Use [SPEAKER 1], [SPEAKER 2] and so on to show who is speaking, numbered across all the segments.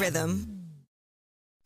[SPEAKER 1] rhythm.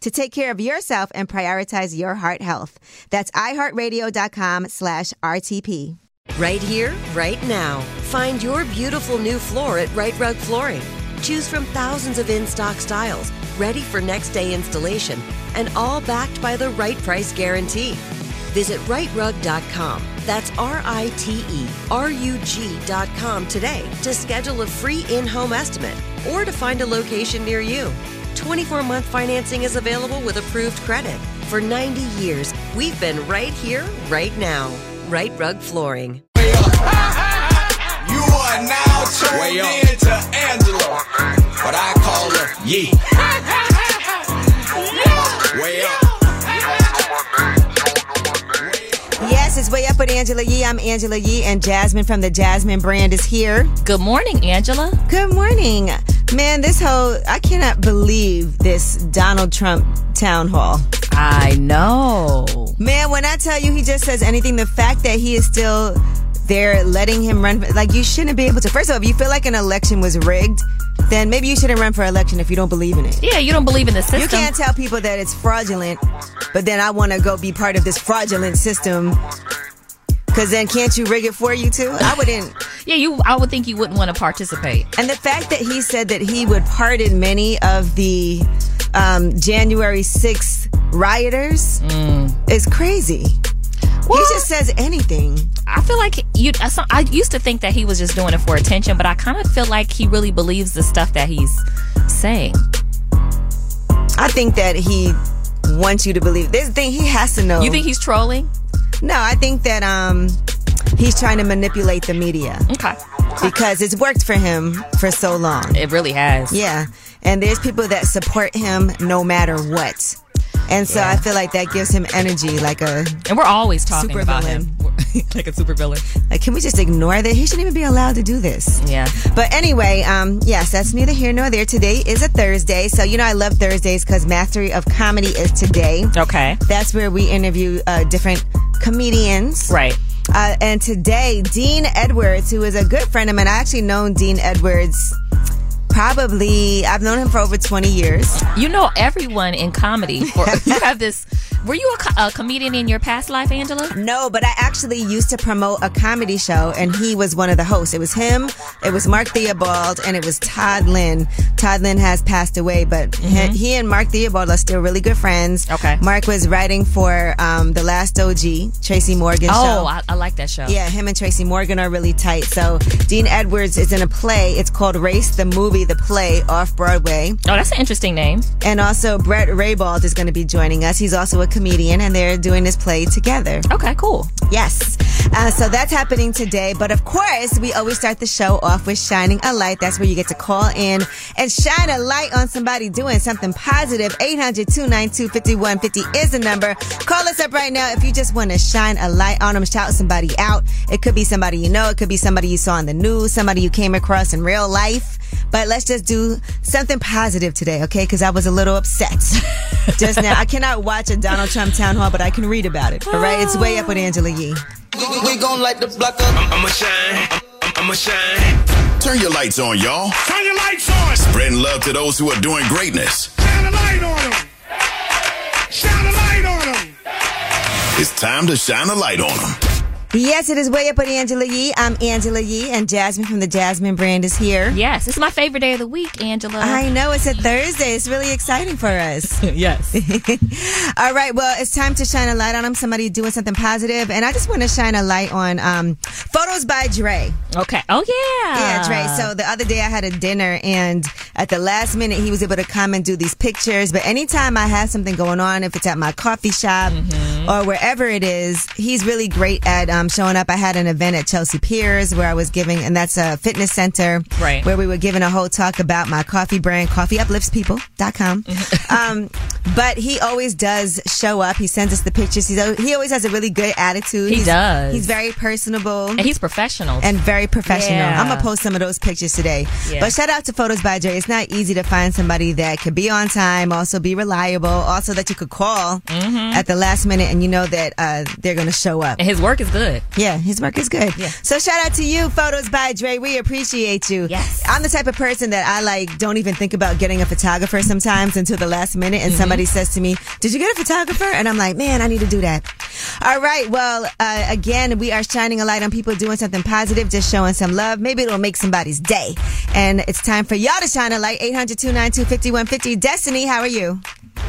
[SPEAKER 1] to take care of yourself and prioritize your heart health. That's iHeartRadio.com slash RTP.
[SPEAKER 2] Right here, right now. Find your beautiful new floor at Right Rug Flooring. Choose from thousands of in stock styles, ready for next day installation, and all backed by the right price guarantee. Visit rightrug.com. That's R I T E R U G.com today to schedule a free in home estimate or to find a location near you. 24 month financing is available with approved credit. For 90 years, we've been right here, right now. Right Rug Flooring.
[SPEAKER 3] You are now turned in to Angela, but I call her Yee. Way up.
[SPEAKER 1] Yes, it's way up with Angela Yee. I'm Angela Yee, and Jasmine from the Jasmine brand is here.
[SPEAKER 4] Good morning, Angela.
[SPEAKER 1] Good morning. Man, this whole, I cannot believe this Donald Trump town hall.
[SPEAKER 4] I know.
[SPEAKER 1] Man, when I tell you he just says anything, the fact that he is still there letting him run, like you shouldn't be able to. First of all, if you feel like an election was rigged, then maybe you shouldn't run for election if you don't believe in it.
[SPEAKER 4] Yeah, you don't believe in the system.
[SPEAKER 1] You can't tell people that it's fraudulent, but then I want to go be part of this fraudulent system. Cause then can't you rig it for you too? I wouldn't.
[SPEAKER 4] Yeah, you. I would think you wouldn't want to participate.
[SPEAKER 1] And the fact that he said that he would pardon many of the um, January 6th rioters
[SPEAKER 4] Mm.
[SPEAKER 1] is crazy.
[SPEAKER 4] Well,
[SPEAKER 1] He just says anything.
[SPEAKER 4] I feel like you. I, some- I used to think that he was just doing it for attention, but I kind of feel like he really believes the stuff that he's saying.
[SPEAKER 1] I think that he wants you to believe. This thing he has to know.
[SPEAKER 4] You think he's trolling?
[SPEAKER 1] No, I think that um, he's trying to manipulate the media
[SPEAKER 4] Okay,
[SPEAKER 1] because it's worked for him for so long.
[SPEAKER 4] it really has.
[SPEAKER 1] Yeah. And there's people that support him no matter what. And so I feel like that gives him energy, like a
[SPEAKER 4] And we're always talking
[SPEAKER 1] Super
[SPEAKER 4] about
[SPEAKER 1] villain.
[SPEAKER 4] him, like a super villain.
[SPEAKER 1] like. Can we just ignore that he shouldn't even be allowed to do this?
[SPEAKER 4] Yeah.
[SPEAKER 1] But anyway, um, yes, that's neither here nor there. Today is a Thursday, so you know I love Thursdays because Mastery of Comedy is today.
[SPEAKER 4] Okay.
[SPEAKER 1] That's where we interview uh, different comedians.
[SPEAKER 4] Right.
[SPEAKER 1] Uh, and today, Dean Edwards, who is a good friend of mine, I actually known Dean Edwards probably, I've known him for over 20 years.
[SPEAKER 4] You know everyone in comedy. For, you have this. Were you a, co- a comedian in your past life, Angela?
[SPEAKER 1] No, but I actually used to promote a comedy show, and he was one of the hosts. It was him, it was Mark Theobald, and it was Todd Lynn. Todd Lynn has passed away, but he- he and Mark Theobald are still really good friends.
[SPEAKER 4] Mm-hmm. Okay.
[SPEAKER 1] Mark was writing for um, The Last OG, Tracy Morgan show.
[SPEAKER 4] Oh, I, I like that show.
[SPEAKER 1] Yeah, him and Tracy Morgan are really tight. So Dean Edwards is in a play. It's called Race the Movie, the play off Broadway.
[SPEAKER 4] Oh, that's an interesting name.
[SPEAKER 1] And also Brett Raybald is going to be joining us. He's also a comedian, and they're doing this play together.
[SPEAKER 4] Okay, cool.
[SPEAKER 1] Yes. Uh, so that's happening today. But of course, we always start the show off with shining a light. That's where you get to call in and shine a light on somebody doing something positive. 800 292 5150 is the number. Call us up right now if you just want to shine a light on them, shout somebody out. It could be somebody you know, it could be somebody you saw on the news, somebody you came across in real life. But let's just do something positive today, okay? Because I was a little upset just now. I cannot watch a Donald Trump town hall, but I can read about it. All right, it's way up with Angela Yee.
[SPEAKER 5] We gon' light the block up.
[SPEAKER 6] I'ma shine. I'ma shine.
[SPEAKER 7] Turn your lights on, y'all.
[SPEAKER 6] Turn your lights on.
[SPEAKER 7] Spreading love to those who are doing greatness.
[SPEAKER 6] Shine a light on them. Shine a light on them.
[SPEAKER 7] It's time to shine a light on them.
[SPEAKER 1] Yes, it is way up with Angela Yee. I'm Angela Yee, and Jasmine from the Jasmine brand is here.
[SPEAKER 4] Yes, it's my favorite day of the week, Angela.
[SPEAKER 1] I know it's a Thursday. It's really exciting for us.
[SPEAKER 4] yes.
[SPEAKER 1] All right, well, it's time to shine a light on them. Somebody doing something positive, and I just want to shine a light on um, photos by Dre.
[SPEAKER 4] Okay. Oh yeah.
[SPEAKER 1] Yeah, Dre. So the other day I had a dinner, and at the last minute he was able to come and do these pictures. But anytime I have something going on, if it's at my coffee shop
[SPEAKER 4] Mm-hmm.
[SPEAKER 1] or wherever it is, he's really great at um, showing up. I had an event at Chelsea Piers where I was giving, and that's a fitness center,
[SPEAKER 4] Right.
[SPEAKER 1] Where we were giving a whole talk about my coffee brand, CoffeeUpliftsPeople.com.
[SPEAKER 4] Mm-hmm.
[SPEAKER 1] um, but he always does show up. He sends us the pictures. He's, al- he always has a really good attitude.
[SPEAKER 4] He
[SPEAKER 1] He's-
[SPEAKER 4] does.
[SPEAKER 1] He's very personable
[SPEAKER 4] and he's professional.
[SPEAKER 1] and very professional.
[SPEAKER 4] Yeah.
[SPEAKER 1] I'm gonna post some of those pictures today.
[SPEAKER 4] Yeah.
[SPEAKER 1] But shout out to Photos by Dre. It's not easy to find somebody that could be on time, also be reliable, also that you could call at the last minute and you know that uh, they're gonna show up.
[SPEAKER 4] Mm-hmm. and his work is good.
[SPEAKER 1] Yeah, his work is good.
[SPEAKER 4] Yeah.
[SPEAKER 1] So shout out to you, Photos by Dre. We appreciate you.
[SPEAKER 4] Yes.
[SPEAKER 1] I'm the type of person that I like don't even think about getting a photographer sometimes until the last minute and somebody says to me, Did you get a photographer? And I'm like, Man, I need to do that. All right. Well, uh, again, we are shining a light on people doing something positive, just showing some love. Maybe it'll make somebody's day. And it's time for y'all to shine a light. 800 292 5150. Destiny, how are you?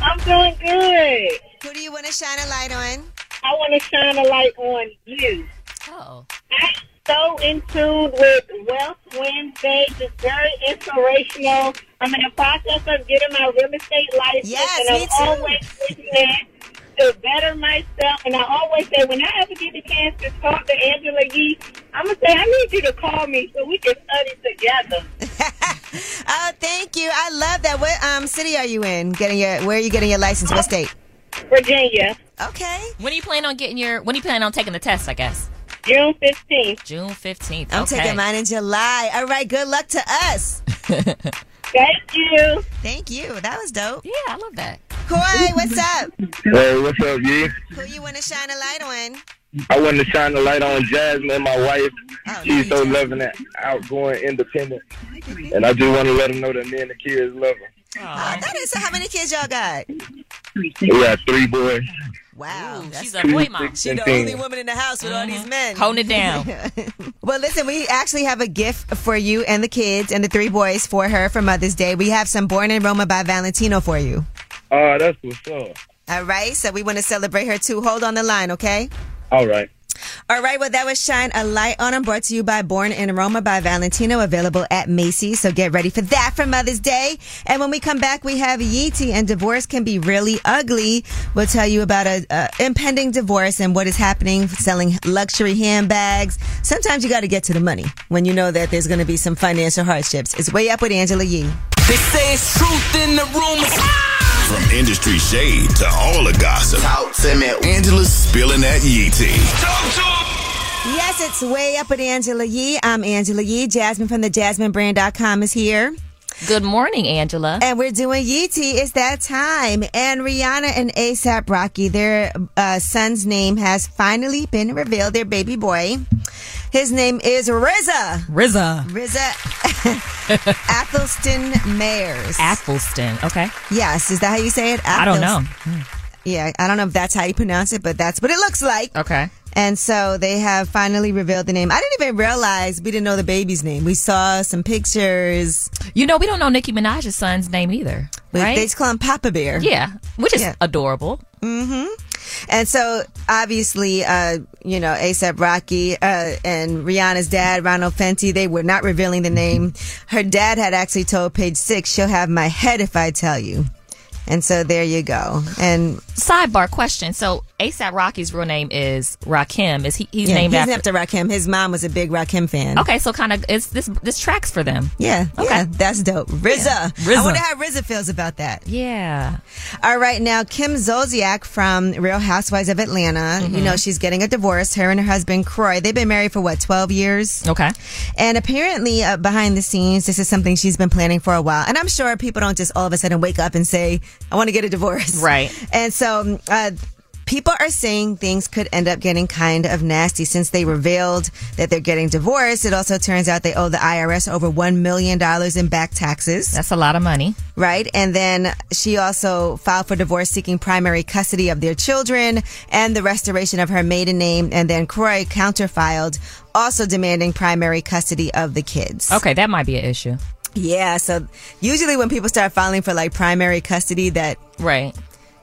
[SPEAKER 8] I'm doing good.
[SPEAKER 1] Who do you want to shine a light on?
[SPEAKER 8] I want to shine a light on you.
[SPEAKER 4] Oh.
[SPEAKER 8] I'm so in tune with Wealth Wednesday. Just very inspirational. I'm in the process of getting my real estate license,
[SPEAKER 1] Yes,
[SPEAKER 8] and I'm
[SPEAKER 1] me too.
[SPEAKER 8] always listening to better myself. And I always say, when I ever get the chance to talk to Angela Yee, I'm gonna say, I need you to call me so we can study together.
[SPEAKER 1] Oh, thank you. I love that. What um, city are you in? Getting your where are you getting your license? What state?
[SPEAKER 8] Virginia,
[SPEAKER 1] Okay.
[SPEAKER 4] When do you plan on getting your? When do you plan on taking the test? I guess
[SPEAKER 8] June 15th.
[SPEAKER 4] June fifteenth.
[SPEAKER 1] I'm
[SPEAKER 4] okay.
[SPEAKER 1] taking mine in July. All right, good luck to us.
[SPEAKER 8] Thank you.
[SPEAKER 1] Thank you. That was dope.
[SPEAKER 4] Yeah, I love that.
[SPEAKER 1] Koi, what's up?
[SPEAKER 9] Hey, what's up, Yee?
[SPEAKER 1] Who you want to shine a light on?
[SPEAKER 9] I wanted to shine a light on Jasmine, my wife.
[SPEAKER 1] Oh,
[SPEAKER 9] She's so
[SPEAKER 1] Jasmine.
[SPEAKER 9] loving and outgoing, independent. And I just want to let them know that me and the kids love her.
[SPEAKER 1] Oh, that is. So how many kids y'all got?
[SPEAKER 9] We got three boys.
[SPEAKER 1] Wow.
[SPEAKER 4] Ooh,
[SPEAKER 1] that's-
[SPEAKER 4] she's a boy mom. Mm-hmm.
[SPEAKER 9] Six
[SPEAKER 1] she
[SPEAKER 9] and
[SPEAKER 1] the
[SPEAKER 9] ten.
[SPEAKER 1] only woman in the house with all these men.
[SPEAKER 4] Holding it down.
[SPEAKER 1] Well, listen, we actually have a gift for you and the kids and the three boys for her for Mother's Day. We have some Born in Roma by Valentino for you.
[SPEAKER 9] Oh, that's what's up.
[SPEAKER 1] All right, so we want to celebrate her too. Hold on the line, okay?
[SPEAKER 9] All right.
[SPEAKER 1] All right, well, that was Shine a Light on. i brought to you by Born in Roma by Valentino, available at Macy's. So get ready for that for Mother's Day. And when we come back, we have Yeetie and divorce can be really ugly. We'll tell you about a, a impending divorce and what is happening, selling luxury handbags. Sometimes you got to get to the money when you know that there's going to be some financial hardships. It's way up with Angela Yee.
[SPEAKER 5] They say it's truth in the rumors.
[SPEAKER 7] From industry shade to all the gossip.
[SPEAKER 3] Talk to me.
[SPEAKER 7] Angela's spilling that yee tea.
[SPEAKER 6] Talk to him.
[SPEAKER 1] Yes, it's way up with Angela Yee. I'm Angela Yee. Jasmine from the JasmineBrand.com is here.
[SPEAKER 4] Good morning, Angela.
[SPEAKER 1] And we're doing Yeezy. It's that time. And Rihanna and ASAP Rocky, their uh, son's name has finally been revealed. Their baby boy. His name is RZA.
[SPEAKER 4] Rizza
[SPEAKER 1] RZA Athelston Mayers.
[SPEAKER 4] Appleston. Okay.
[SPEAKER 1] yes, is that how you say it?
[SPEAKER 4] I don't know. Hmm.
[SPEAKER 1] Athels- Yeah, I don't know if that's how you pronounce it, but that's what it looks like.
[SPEAKER 4] Okay.
[SPEAKER 1] And so they have finally revealed the name. I didn't even realize we didn't know the baby's name. We saw some pictures.
[SPEAKER 4] You know, we don't know Nicki Minaj's son's name either,
[SPEAKER 1] We-
[SPEAKER 4] right?
[SPEAKER 1] They just call him Papa Bear.
[SPEAKER 4] yeah, which is
[SPEAKER 1] Yeah.
[SPEAKER 4] adorable.
[SPEAKER 1] And so, obviously, uh, you know, ASAP Rocky uh, and Rihanna's dad, Ronald Fenty, they were not revealing the name. Her dad had actually told Page Six, she'll have my head if I tell you. And so there you go. And
[SPEAKER 4] Sidebar question: So ASAP Rocky's real name is Rakim. Is he? He's
[SPEAKER 1] yeah,
[SPEAKER 4] named
[SPEAKER 1] he's
[SPEAKER 4] after.
[SPEAKER 1] named after Rakim. His mom was a big Rakim fan.
[SPEAKER 4] okay, so kind of it's this this tracks for them.
[SPEAKER 1] Yeah,
[SPEAKER 4] Okay.
[SPEAKER 1] yeah, that's dope. RZA.
[SPEAKER 4] RZA.
[SPEAKER 1] I wonder how RZA feels about that.
[SPEAKER 4] Yeah.
[SPEAKER 1] All right, now Kim Zolciak from Real Housewives of Atlanta.
[SPEAKER 4] Mm-hmm.
[SPEAKER 1] You know she's getting a divorce. Her and her husband Croy. They've been married for what twelve years.
[SPEAKER 4] Okay.
[SPEAKER 1] And apparently, uh, behind the scenes, this is something she's been planning for a while. And I'm sure people don't just all of a sudden wake up and say, I want to get a divorce.
[SPEAKER 4] Right.
[SPEAKER 1] And so, um, uh, People are saying things could end up getting kind of nasty since they revealed that they're getting divorced. It also turns out they owe the IRS over $1 million in back taxes.
[SPEAKER 4] That's a lot of money.
[SPEAKER 1] Right. And then she also filed for divorce seeking primary custody of their children and the restoration of her maiden name. And then Croy counterfiled, also demanding primary custody of the kids.
[SPEAKER 4] Okay, that might be an issue.
[SPEAKER 1] Yeah. So usually when people start filing for like primary custody, that
[SPEAKER 4] Right.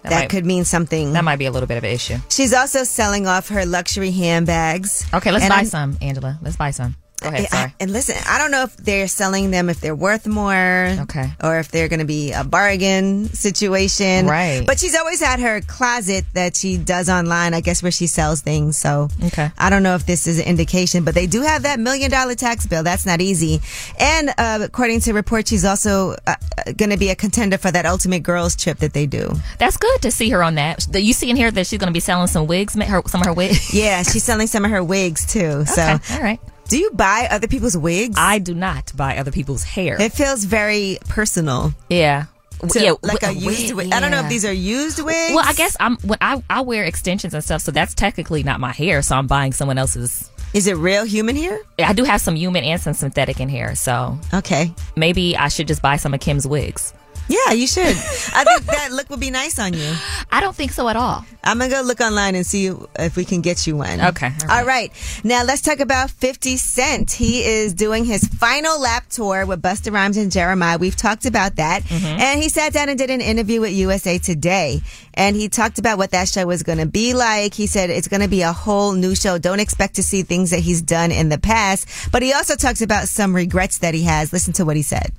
[SPEAKER 1] that,
[SPEAKER 4] might-
[SPEAKER 1] could mean something.
[SPEAKER 4] That might be a little bit of an issue.
[SPEAKER 1] She's also selling off her luxury handbags.
[SPEAKER 4] Okay, let's
[SPEAKER 1] And
[SPEAKER 4] buy
[SPEAKER 1] I'm-
[SPEAKER 4] some, Angela. Let's buy some. Go ahead.
[SPEAKER 1] I- I-
[SPEAKER 4] Sorry.
[SPEAKER 1] and listen, I don't know if they're selling them if they're worth more.
[SPEAKER 4] Okay.
[SPEAKER 1] Or if they're going to be a bargain situation.
[SPEAKER 4] Right.
[SPEAKER 1] But she's always had her closet that she does online, I guess, where she sells things. So
[SPEAKER 4] Okay.
[SPEAKER 1] I don't know if this is an indication, but they do have that million dollar tax bill. That's not easy. And uh, according to reports, she's also uh, going to be a contender for that ultimate girls trip that they do.
[SPEAKER 4] That's good to see her on that. The- You see in here that she's going to be selling some wigs, ma- her, some of her wigs.
[SPEAKER 1] Yeah, she's selling some of her wigs too. So
[SPEAKER 4] Okay, all right.
[SPEAKER 1] do you buy other people's wigs?
[SPEAKER 4] I do not buy other people's hair.
[SPEAKER 1] it feels very personal.
[SPEAKER 4] yeah.
[SPEAKER 1] to-
[SPEAKER 4] Uh, yeah,
[SPEAKER 1] like
[SPEAKER 4] wi-
[SPEAKER 1] a used wig.
[SPEAKER 4] wig,
[SPEAKER 1] I don't know
[SPEAKER 4] yeah.
[SPEAKER 1] if these are used wigs.
[SPEAKER 4] Well, I guess I'm when I, I wear extensions and stuff, so that's technically not my hair. So I'm buying someone else's.
[SPEAKER 1] is it real human hair?
[SPEAKER 4] I do have some human and some synthetic in here, so
[SPEAKER 1] Okay.
[SPEAKER 4] maybe I should just buy some of Kim's wigs.
[SPEAKER 1] Yeah, you should. I think that look would be nice on you.
[SPEAKER 4] I don't think so at all.
[SPEAKER 1] I'm gonna go look online and see if we can get you one.
[SPEAKER 4] Okay,
[SPEAKER 1] All
[SPEAKER 4] all
[SPEAKER 1] right.
[SPEAKER 4] right.
[SPEAKER 1] Now let's talk about 50 Cent. He is doing his final lap tour with Busta Rhymes and Jeremiah. We've talked about that.
[SPEAKER 4] Mm-hmm.
[SPEAKER 1] And he sat down and did an interview with USA Today. And he talked about what that show was gonna be like. He said it's gonna be a whole new show. Don't expect to see things that he's done in the past. But he also talks about some regrets that he has. Listen to what he said.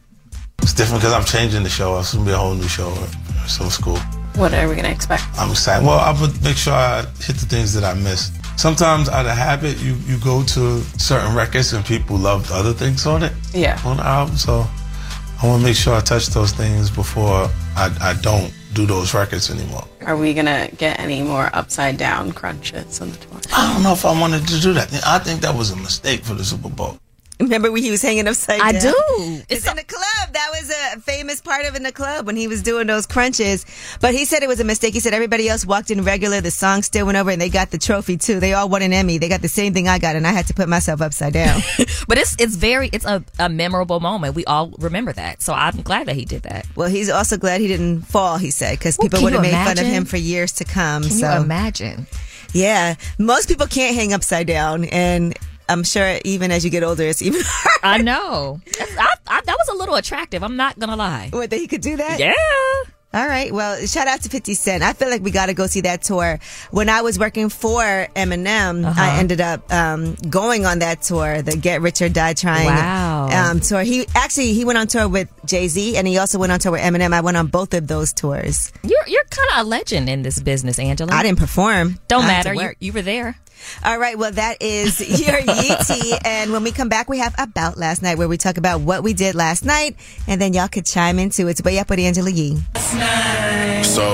[SPEAKER 10] It's different because I'm changing the show. It's gonna be a whole new show. So it's cool.
[SPEAKER 11] What are we gonna expect?
[SPEAKER 10] I'm excited. Well, I would make sure I hit the things that I missed. Sometimes out of habit, you, you go to certain records and people loved other things on it.
[SPEAKER 11] Yeah.
[SPEAKER 10] On the album, so I want to make sure I touch those things before I, I don't do those records anymore.
[SPEAKER 11] Are we gonna get any more upside down crunches on the tour?
[SPEAKER 10] I don't know if I wanted to do that. I think that was a mistake for the Super Bowl.
[SPEAKER 1] Remember when he was hanging upside
[SPEAKER 4] I
[SPEAKER 1] down?
[SPEAKER 4] do.
[SPEAKER 1] It's in the club. That was a famous part of in the club when he was doing those crunches. But he said it was a mistake. He said everybody else walked in regular. The song still went over, and they got the trophy too. They all won an Emmy. They got the same thing I got, and I had to put myself upside down.
[SPEAKER 4] But it's it's very it's a, a memorable moment. We all remember that. So I'm glad that he did that.
[SPEAKER 1] well, he's also glad he didn't fall. He said because
[SPEAKER 4] Well,
[SPEAKER 1] people
[SPEAKER 4] can
[SPEAKER 1] would have made
[SPEAKER 4] you
[SPEAKER 1] fun of
[SPEAKER 4] imagine?
[SPEAKER 1] him for years to come.
[SPEAKER 4] Can
[SPEAKER 1] so
[SPEAKER 4] you imagine?
[SPEAKER 1] yeah, most people can't hang upside down, and I'm sure even as you get older, it's even harder.
[SPEAKER 4] I know. That's- I, I, that was a little attractive. I'm not gonna lie.
[SPEAKER 1] What that he could do that?
[SPEAKER 4] Yeah.
[SPEAKER 1] All right. Well, shout out to 50 Cent. I feel like we got to go see that tour. When I was working for Eminem,
[SPEAKER 4] Uh-huh.
[SPEAKER 1] I ended up um, going on that tour, the Get Rich or Die Trying
[SPEAKER 4] Wow.
[SPEAKER 1] um, tour. He actually he went on tour with Jay Z, and he also went on tour with Eminem. I went on both of those tours.
[SPEAKER 4] You're you're kind of a legend in this business, Angela.
[SPEAKER 1] I didn't perform.
[SPEAKER 4] Don't
[SPEAKER 1] I had to
[SPEAKER 4] matter. You,
[SPEAKER 1] work.
[SPEAKER 4] you were there.
[SPEAKER 1] All right. Well, that is your Yeetie. And when we come back, we have About Last Night, where we talk about what we did last night, and then y'all could chime in too. It's way up with Angela Yee.
[SPEAKER 7] So,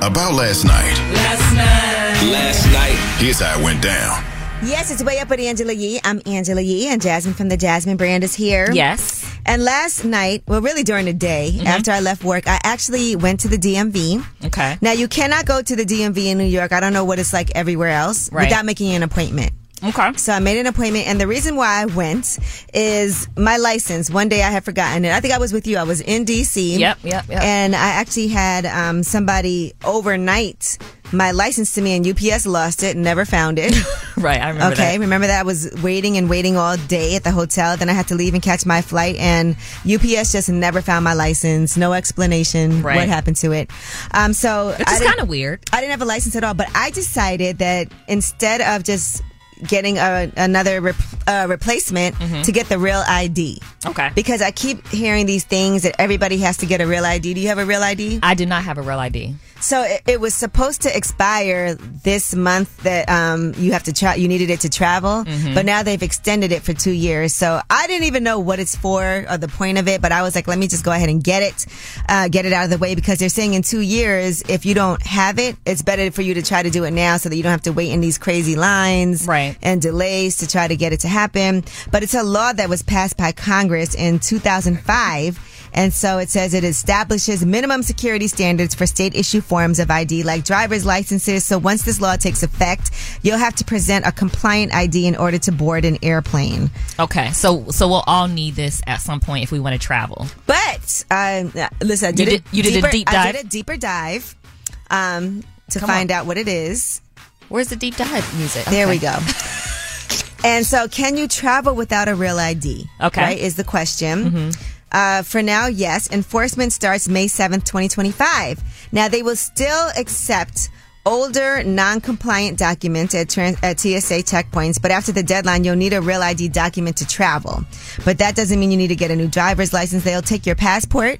[SPEAKER 7] about last night,
[SPEAKER 5] Last night,
[SPEAKER 7] here's how it went down.
[SPEAKER 1] Yes, it's way up with Angela Yee. I'm Angela Yee, and Jasmine from the Jasmine brand is here.
[SPEAKER 4] Yes. Mm-hmm.
[SPEAKER 1] And last night, well, really during the day, after I left work, I actually went to the DMV.
[SPEAKER 4] Okay.
[SPEAKER 1] Now, you cannot go to the DMV in New York. I don't know what it's like everywhere else
[SPEAKER 4] Right.
[SPEAKER 1] without making an appointment.
[SPEAKER 4] Okay.
[SPEAKER 1] So I made an appointment, and the reason why I went is my license. One day I had forgotten it. I think I was with you. I was in DC.
[SPEAKER 4] Yep, yep, yep.
[SPEAKER 1] And I actually had um, somebody overnight my license to me, and UPS lost it, and never found it.
[SPEAKER 4] Right. I remember
[SPEAKER 1] okay,
[SPEAKER 4] that.
[SPEAKER 1] remember that I was waiting and waiting all day at the hotel. Then I had to leave and catch my flight, and UPS just never found my license. No explanation
[SPEAKER 4] Right.
[SPEAKER 1] what happened to it. Um, so
[SPEAKER 4] Which
[SPEAKER 1] I
[SPEAKER 4] is
[SPEAKER 1] didn't-
[SPEAKER 4] kind of weird.
[SPEAKER 1] I didn't have a license at all, but I decided that instead of just getting a, another rep, uh, replacement to get the real ID.
[SPEAKER 4] Mm-hmm. Okay.
[SPEAKER 1] Because I keep hearing these things that everybody has to get a real ID. Do you have a real ID?
[SPEAKER 4] I do not have a real ID.
[SPEAKER 1] So it, it was supposed to expire this month that um, you have to tra- you needed it to travel, but now they've extended it for two years. So I didn't even know what it's for or the point of it, but I was like, let me just go ahead and get it, uh, get it out of the way because they're saying in two years, if you don't have it, it's better for you to try to do it now so that you don't have to wait in these crazy lines
[SPEAKER 4] Right.
[SPEAKER 1] and delays to try to get it to happen. But it's a law that was passed by Congress in 2005. And so it says it establishes minimum security standards for state issue forms of ID like driver's licenses. So once this law takes effect, you'll have to present a compliant ID in order to board an airplane.
[SPEAKER 4] Okay, so so we'll all need this at some point if we want to travel.
[SPEAKER 1] But um, listen, I did,
[SPEAKER 4] did-
[SPEAKER 1] a
[SPEAKER 4] you did a
[SPEAKER 1] deeper,
[SPEAKER 4] deep
[SPEAKER 1] I did
[SPEAKER 4] dive?
[SPEAKER 1] a deeper dive um, to
[SPEAKER 4] Come
[SPEAKER 1] find
[SPEAKER 4] on.
[SPEAKER 1] out what it is.
[SPEAKER 4] Where's the deep dive music?
[SPEAKER 1] There
[SPEAKER 4] Okay.
[SPEAKER 1] we go. and so, can you travel without a real ID?
[SPEAKER 4] Okay.
[SPEAKER 1] right, is the question. Uh, for now, yes. Enforcement starts May seventh, twenty twenty-five. Now they will still accept. Older non-compliant documents at, trans- at TSA checkpoints, but after the deadline, you'll need a real ID document to travel. But that doesn't mean you need to get a new driver's license. They'll take your passport,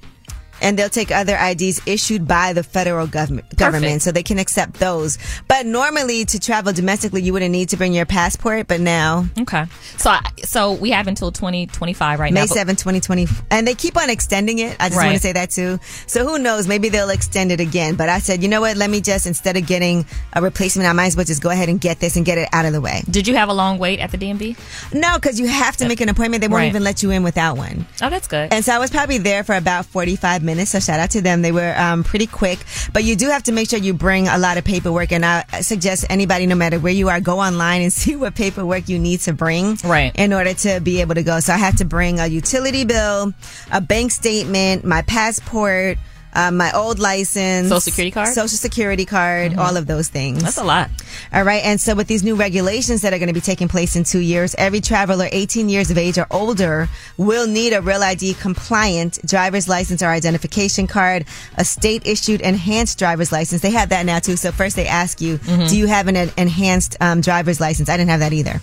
[SPEAKER 1] and they'll take other IDs issued by the federal government, government so they can accept those. But normally to travel domestically, you wouldn't need to bring your passport, but now.
[SPEAKER 4] Okay. So I, so we have until 2025 right
[SPEAKER 1] May
[SPEAKER 4] now. but-
[SPEAKER 1] 7, 2020. And they keep on extending it. I just want
[SPEAKER 4] Right.
[SPEAKER 1] to say that too. So who knows? Maybe they'll extend it again. But I said, you know what? Let me just, instead of getting a replacement, I might as well just go ahead and get this and get it out of the way.
[SPEAKER 4] Did you have a long wait at the DMV?
[SPEAKER 1] No, because you have to make an appointment. They won't
[SPEAKER 4] Right.
[SPEAKER 1] even let you in without one.
[SPEAKER 4] Oh, that's good.
[SPEAKER 1] And so I was probably there for about 45 minutes. So shout out to them. They were um, pretty quick. But you do have to make sure you bring a lot of paperwork. And I suggest anybody, no matter where you are, go online and see what paperwork you need to bring.
[SPEAKER 4] Right.
[SPEAKER 1] In order to be able to go. So I had to bring a utility bill, a bank statement, my passport, uh, my old license,
[SPEAKER 4] Social Security card? Mm-hmm.
[SPEAKER 1] social security card, all of those things.
[SPEAKER 4] That's a lot.
[SPEAKER 1] All right. And so with these new regulations that are going to be taking place in two years, every traveler 18 years of age or older will need a real ID compliant driver's license or identification card, a state issued enhanced driver's license. They have that now too. So first they ask you,
[SPEAKER 4] Mhm.
[SPEAKER 1] do you have an en- enhanced um, driver's license? I didn't have that either.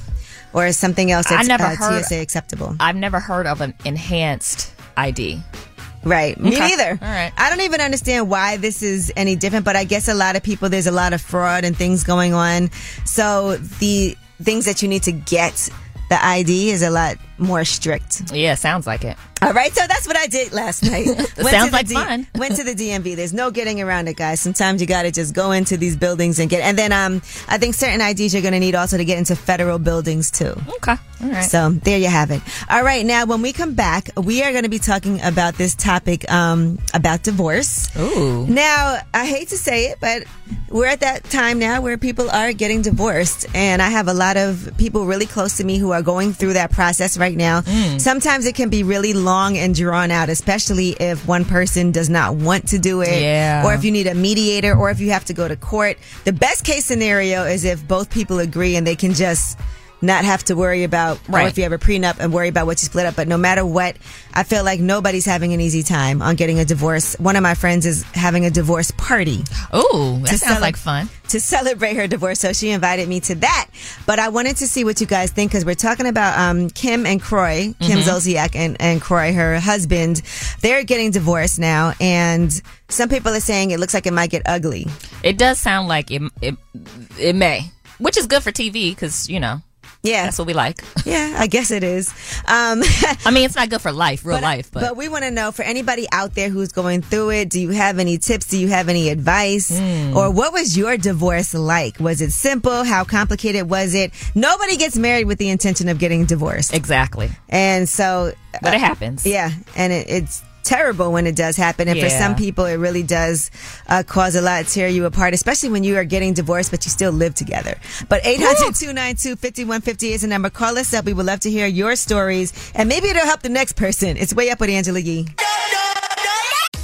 [SPEAKER 1] Or is something else
[SPEAKER 4] I
[SPEAKER 1] that's
[SPEAKER 4] never
[SPEAKER 1] uh,
[SPEAKER 4] heard-
[SPEAKER 1] TSA acceptable?
[SPEAKER 4] I've never heard of an enhanced ID.
[SPEAKER 1] Right. Me
[SPEAKER 4] Okay.
[SPEAKER 1] neither. All right. I don't even understand why this is any different, but I guess a lot of people, there's a lot of fraud and things going on. So the things that you need to get the ID is a lot more strict.
[SPEAKER 4] Yeah, sounds like it.
[SPEAKER 1] All right, so that's what I did last night. to
[SPEAKER 4] Sounds
[SPEAKER 1] the
[SPEAKER 4] like fun.
[SPEAKER 1] Went to the DMV. There's no getting around it, guys. Sometimes you got to just go into these buildings and get. And then um, I think certain IDs you're going to need also to get into federal buildings too.
[SPEAKER 4] Okay. All right.
[SPEAKER 1] So there you have it. All right, now when we come back, we are going to be talking about this topic um, about divorce.
[SPEAKER 4] Ooh.
[SPEAKER 1] Now, I hate to say it, but we're at that time now where people are getting divorced, and I have a lot of people really close to me who are going through that process right now.
[SPEAKER 12] Mm.
[SPEAKER 1] Sometimes it can be really long and drawn out, especially if one person does not want to do it,
[SPEAKER 12] Yeah.
[SPEAKER 1] or if you need a mediator, or if you have to go to court. The best case scenario is if both people agree and they can just not have to worry about or
[SPEAKER 4] Right.
[SPEAKER 1] if you have a prenup and worry about what you split up. But no matter what, I feel like nobody's having an easy time on getting a divorce. One of my friends is having a divorce party.
[SPEAKER 4] Oh, that sounds like fun.
[SPEAKER 1] To celebrate her divorce. So she invited me to that. But I wanted to see what you guys think because we're talking about um, Kim and Croy, Kim
[SPEAKER 12] Mhm.
[SPEAKER 4] Mm-hmm.
[SPEAKER 1] Zolciak and, and Croy, her husband. They're getting divorced now. And some people are saying it looks like it might get ugly.
[SPEAKER 4] It does sound like it it, it may, which is good for TV because you know.
[SPEAKER 1] Yeah,
[SPEAKER 4] that's what we like.
[SPEAKER 1] Yeah, I guess it is. Um,
[SPEAKER 4] I mean, it's not good for life, real life, but,
[SPEAKER 1] we want to know for anybody out there who's going through it, do you have any tips? Do you have any advice?
[SPEAKER 4] Hmm.
[SPEAKER 1] Or what was your divorce like? Was it simple? How complicated was it? Nobody gets married with the intention of getting divorced.
[SPEAKER 4] Exactly.
[SPEAKER 1] And so. uh,
[SPEAKER 4] But it happens.
[SPEAKER 1] Yeah. And it, it's terrible when it does happen. And for
[SPEAKER 4] Yeah.
[SPEAKER 1] some people, it really does uh, cause a lot, tear you apart, especially when you are getting divorced, but you still live together. But 800 292 5150 is the number. Call us up. We would love to hear your stories. And maybe it'll help the next person. It's Way Up with Angela Yee.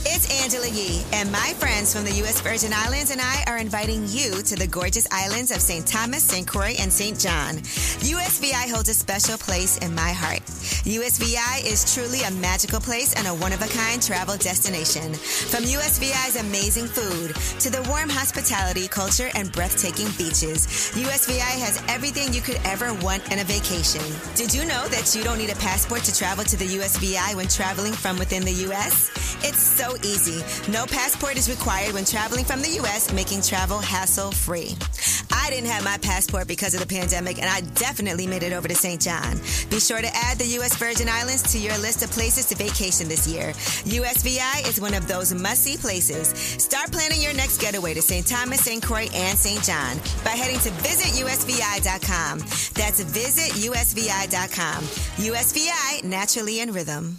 [SPEAKER 12] It's Angela Yee and my friends
[SPEAKER 1] From the U.S. Virgin Islands and I are inviting you to the gorgeous islands of St. Thomas, St. Croix, and St. John. USVI holds a special place in my heart. USVI is truly a magical place and a one of a kind travel destination. From USVI's amazing food to the warm hospitality, culture, and breathtaking beaches, USVI has everything you could ever want in a vacation. Did you know that you don't need a passport to travel to the USVI when traveling from within the U.S.? It's so easy. No passport is required when traveling from the U.S., making travel hassle free. I didn't have my passport because of the pandemic, and I definitely made it over to St. John. Be sure to add the U.S. Virgin Islands to your list of places to vacation this year. USVI is one of those must see places. Start planning your next getaway to St. Thomas, St. Croix, and St. John by heading to visitusvi.com. That's visitusvi.com. USVI, naturally in rhythm.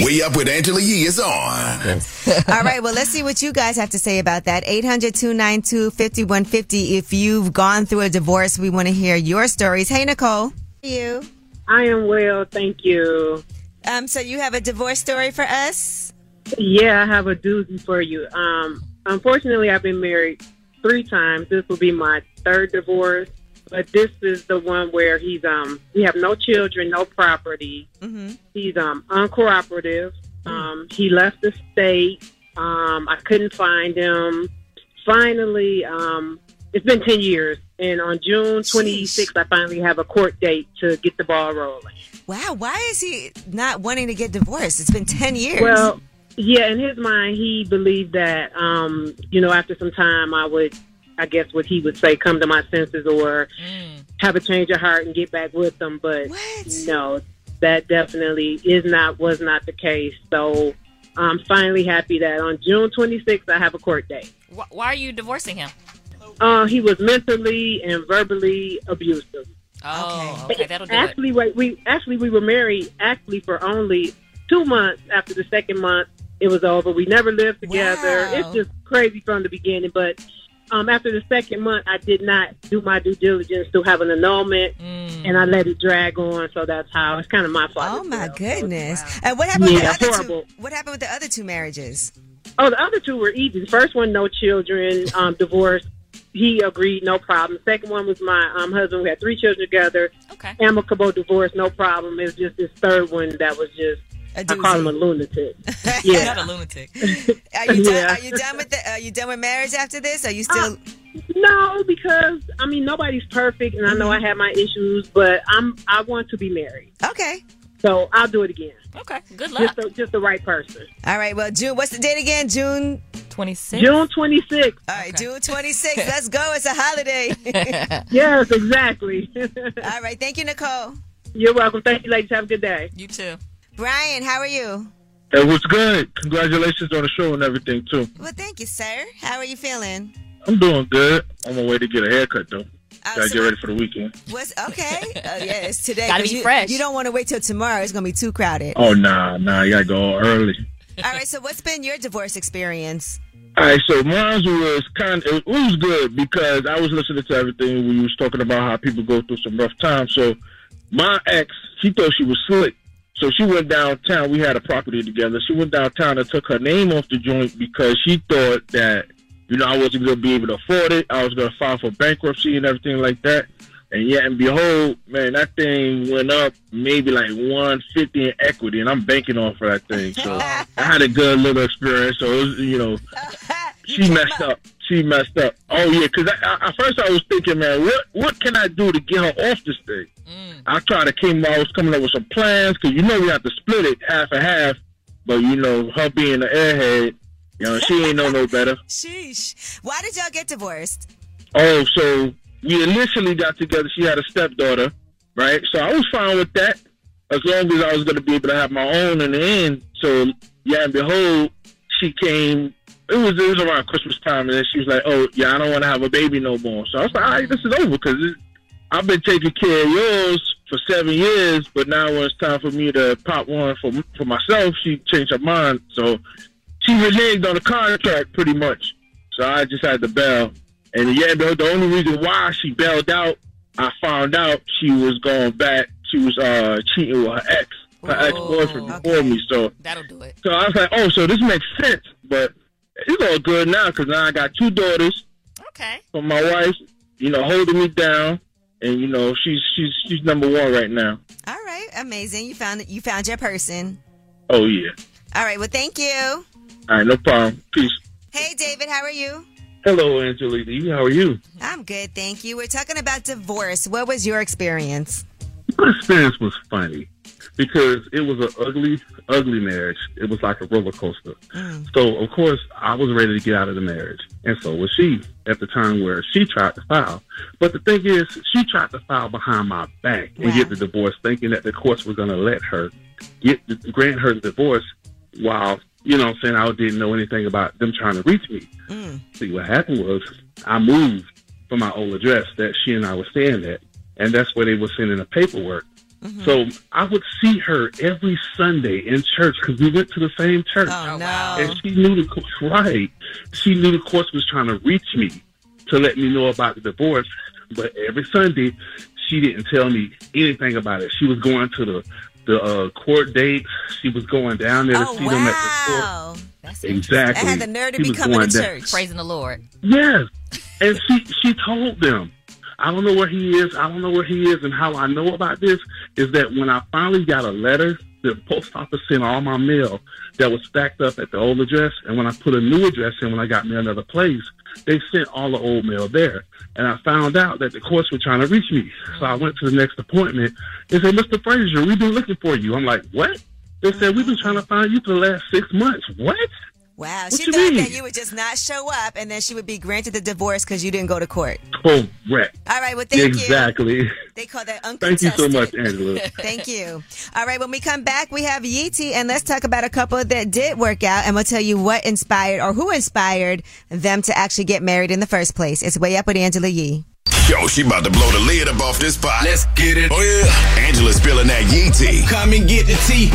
[SPEAKER 7] Way Up with Angela Yee is on.
[SPEAKER 1] All right, well, let's see what you guys have to say about that. 800 292 5150. If you've gone through a divorce, we want to hear your stories. Hey, Nicole. you?
[SPEAKER 13] I am well, thank you.
[SPEAKER 1] Um, so, you have a divorce story for us?
[SPEAKER 13] Yeah, I have a doozy for you. Um, unfortunately, I've been married three times. This will be my third divorce, but this is the one where he's um we have no children, no property.
[SPEAKER 1] Mm-hmm. Mm.
[SPEAKER 13] He's um uncooperative. Um, he left the state. Um, I couldn't find him. Finally, um, it's been ten years, and on June twenty sixth, I finally have a court date to get the ball rolling.
[SPEAKER 1] Wow, why is he not wanting to get divorced? It's been 10 years.
[SPEAKER 13] Well, yeah, in his mind, he believed that, um, you know, after some time, I would, I guess what he would say, come to my senses or have a change of heart and get back with them. But no, that definitely is not, was not the case. So I'm finally happy that on June 26th, I have a court date.
[SPEAKER 4] Wh- why are you divorcing him?
[SPEAKER 13] Uh, he was mentally and verbally abusive.
[SPEAKER 4] Oh, okay, that'll do it.
[SPEAKER 13] actually, wait, we actually we were married actually for only two months. After the second month, it was over. We never lived together.
[SPEAKER 14] Wow.
[SPEAKER 13] It's just crazy from the beginning. But um, after the second month, I did not do my due diligence to have an annulment, and I let it drag on. So that's how it's kind of my
[SPEAKER 1] Mm.
[SPEAKER 13] fault.
[SPEAKER 1] Oh, my goodness. And what happened
[SPEAKER 13] Yeah,
[SPEAKER 1] with the other
[SPEAKER 13] horrible.
[SPEAKER 1] two? What happened with the other two marriages?
[SPEAKER 13] Oh, the other two were easy. The first one, no children, um, divorced. He agreed, no problem. Second one was my um, husband. We had three children together.
[SPEAKER 4] Okay.
[SPEAKER 13] Amicable divorce, no problem. It was just this third one that was just, I call him a lunatic. yeah.
[SPEAKER 4] Not a lunatic.
[SPEAKER 1] Are you done,
[SPEAKER 13] Yeah. Ah.
[SPEAKER 1] are you done with the, are you done with marriage after this? Are you still
[SPEAKER 13] No, because, I mean, nobody's perfect, and I know
[SPEAKER 1] Mm-hmm.
[SPEAKER 13] I have my issues, but I'm I want to be married.
[SPEAKER 1] Okay.
[SPEAKER 13] So I'll do it again.
[SPEAKER 4] Okay. Good
[SPEAKER 13] Just the, just the right person.
[SPEAKER 1] All right. Well, June. What's the date again? June
[SPEAKER 4] twenty sixth.
[SPEAKER 13] June twenty sixth.
[SPEAKER 1] All right, June twenty sixth. Let's go. It's a holiday.
[SPEAKER 13] yes, exactly.
[SPEAKER 1] All right. Thank you, Nicole.
[SPEAKER 13] You're welcome. Thank you, ladies. Have a good day.
[SPEAKER 4] You too.
[SPEAKER 1] Brian, how are you?
[SPEAKER 15] Hey, what's good? Congratulations on the show and everything too.
[SPEAKER 1] Well, thank you, sir. How are you feeling?
[SPEAKER 15] I'm doing good. I'm on my way to get a haircut though. Gotta get ready for the weekend.
[SPEAKER 1] What's okay? Oh, yeah, it's today.
[SPEAKER 15] Gotta
[SPEAKER 1] 'cause
[SPEAKER 15] be
[SPEAKER 1] you,
[SPEAKER 15] fresh.
[SPEAKER 1] You don't want to wait till tomorrow. It's gonna be too crowded.
[SPEAKER 15] Oh nah, nah, you gotta go early.
[SPEAKER 1] All right. So, what's been your divorce experience?
[SPEAKER 15] All right, so mine was kind of, it was good because I was listening to everything when you was talking about how people go through some rough times. So my ex, she thought she was slick. So she went downtown. We had a property together. She went downtown and took her name off the joint because she thought that, you know, I wasn't going to be able to afford it. I was going to file for bankruptcy and everything like that. And yet and behold, man, that thing went up maybe like one fifty in equity, and I'm banking off for that thing. So I had a good little experience. So it was, you know, she messed up. She messed up. Oh yeah, because I, I, at first I was thinking, man, what what can I do to get her off this thing?
[SPEAKER 14] Mm.
[SPEAKER 15] I tried to came. I was coming up with some plans because you know we have to split it half and half. But you know, her being an airhead, you know, she ain't know no better.
[SPEAKER 1] Sheesh. Why did y'all get divorced?
[SPEAKER 15] Oh, so we initially got together. She had a stepdaughter, right? So I was fine with that as long as I was going to be able to have my own in the end. So, yeah, and behold, she came. It was it was around Christmas time, and then she was like, "Oh, yeah, I don't want to have a baby no more." So I was like, "All right, this is over because I've been taking care of yours for seven years, but now when it's time for me to pop one for for myself, she changed her mind. So she reneged on the contract pretty much. So I just had to bail. And yeah, the, the only reason why she bailed out, I found out she was going back. She was uh, cheating with her ex, her ex boyfriend before me. So
[SPEAKER 4] Oh, that'll do it.
[SPEAKER 15] so I was like, oh, so this makes sense, but it's all good now because now I got two daughters.
[SPEAKER 4] Okay.
[SPEAKER 15] From my wife, you know, holding me down, and you know, she's she's she's number one right now.
[SPEAKER 1] All right, amazing. You found you found your person.
[SPEAKER 15] Oh yeah.
[SPEAKER 1] All right, well, thank you.
[SPEAKER 15] All right, no problem. Peace.
[SPEAKER 1] Hey, David, how are you?
[SPEAKER 15] Hello, Angelita. You- How are you?
[SPEAKER 1] I'm good, thank you. We're talking about divorce. What was your experience?
[SPEAKER 14] My experience was funny because it was an ugly, ugly marriage. It was like a roller coaster. So, of course, I was ready to get out of the marriage. And so was she at the time where she tried to file. But the thing is, she tried to file behind my back and get the divorce, thinking that the courts were going to let her get grant her the divorce while, you know what I'm saying, I didn't know anything about them trying to reach me.
[SPEAKER 1] Mm.
[SPEAKER 14] See, what happened was I moved from my old address that she and I were staying at, and that's where they were sending the paperwork.
[SPEAKER 1] Mm-hmm.
[SPEAKER 14] So I would see her every Sunday in church because we went to the same church.
[SPEAKER 1] Oh, no.
[SPEAKER 14] And she knew the courts, right. She knew the courts was trying to reach me to let me know about the divorce. But every Sunday, she didn't tell me anything about it. She was going to the the uh, court dates. She was going down there to see them at the court.
[SPEAKER 1] Oh, that's
[SPEAKER 14] Exactly.
[SPEAKER 1] Oh, I had the nerve to
[SPEAKER 14] He
[SPEAKER 1] be
[SPEAKER 14] was
[SPEAKER 1] coming
[SPEAKER 14] going
[SPEAKER 1] to
[SPEAKER 14] down.
[SPEAKER 1] church.
[SPEAKER 4] Praising the Lord.
[SPEAKER 14] Yes. And she she told them, I don't know where he is, I don't know where he is, and how I know about this is that when I finally got a letter, the post office sent all my mail that was stacked up at the old address, and when I put a new address in when I got me another place, they sent all the old mail there. And I found out that the courts were trying to reach me. So I went to the next appointment and said, Mr. Frazier, we've been looking for you. I'm like, What? They said, We've been trying to find you for the last six months. What?
[SPEAKER 1] Wow,
[SPEAKER 14] What
[SPEAKER 1] Uh, she
[SPEAKER 14] you
[SPEAKER 1] thought
[SPEAKER 14] mean?
[SPEAKER 1] that you would just not show up and then she would be granted the divorce because you didn't go to court.
[SPEAKER 14] Correct.
[SPEAKER 1] All right, well, thank
[SPEAKER 14] exactly.
[SPEAKER 1] you. They call that
[SPEAKER 14] Thank
[SPEAKER 1] uncontested.
[SPEAKER 14] you so much, Angela.
[SPEAKER 1] Thank you. All right, when we come back, we have Yeeti, and let's talk about a couple that did work out, and we'll tell you what inspired or who inspired them to actually get married in the first place. It's Way Up with Angela Yee.
[SPEAKER 7] Yo, she about to blow the lid up off this pot. Let's get it. Oh, yeah. Angela spilling that yee tea. Come and get the tea.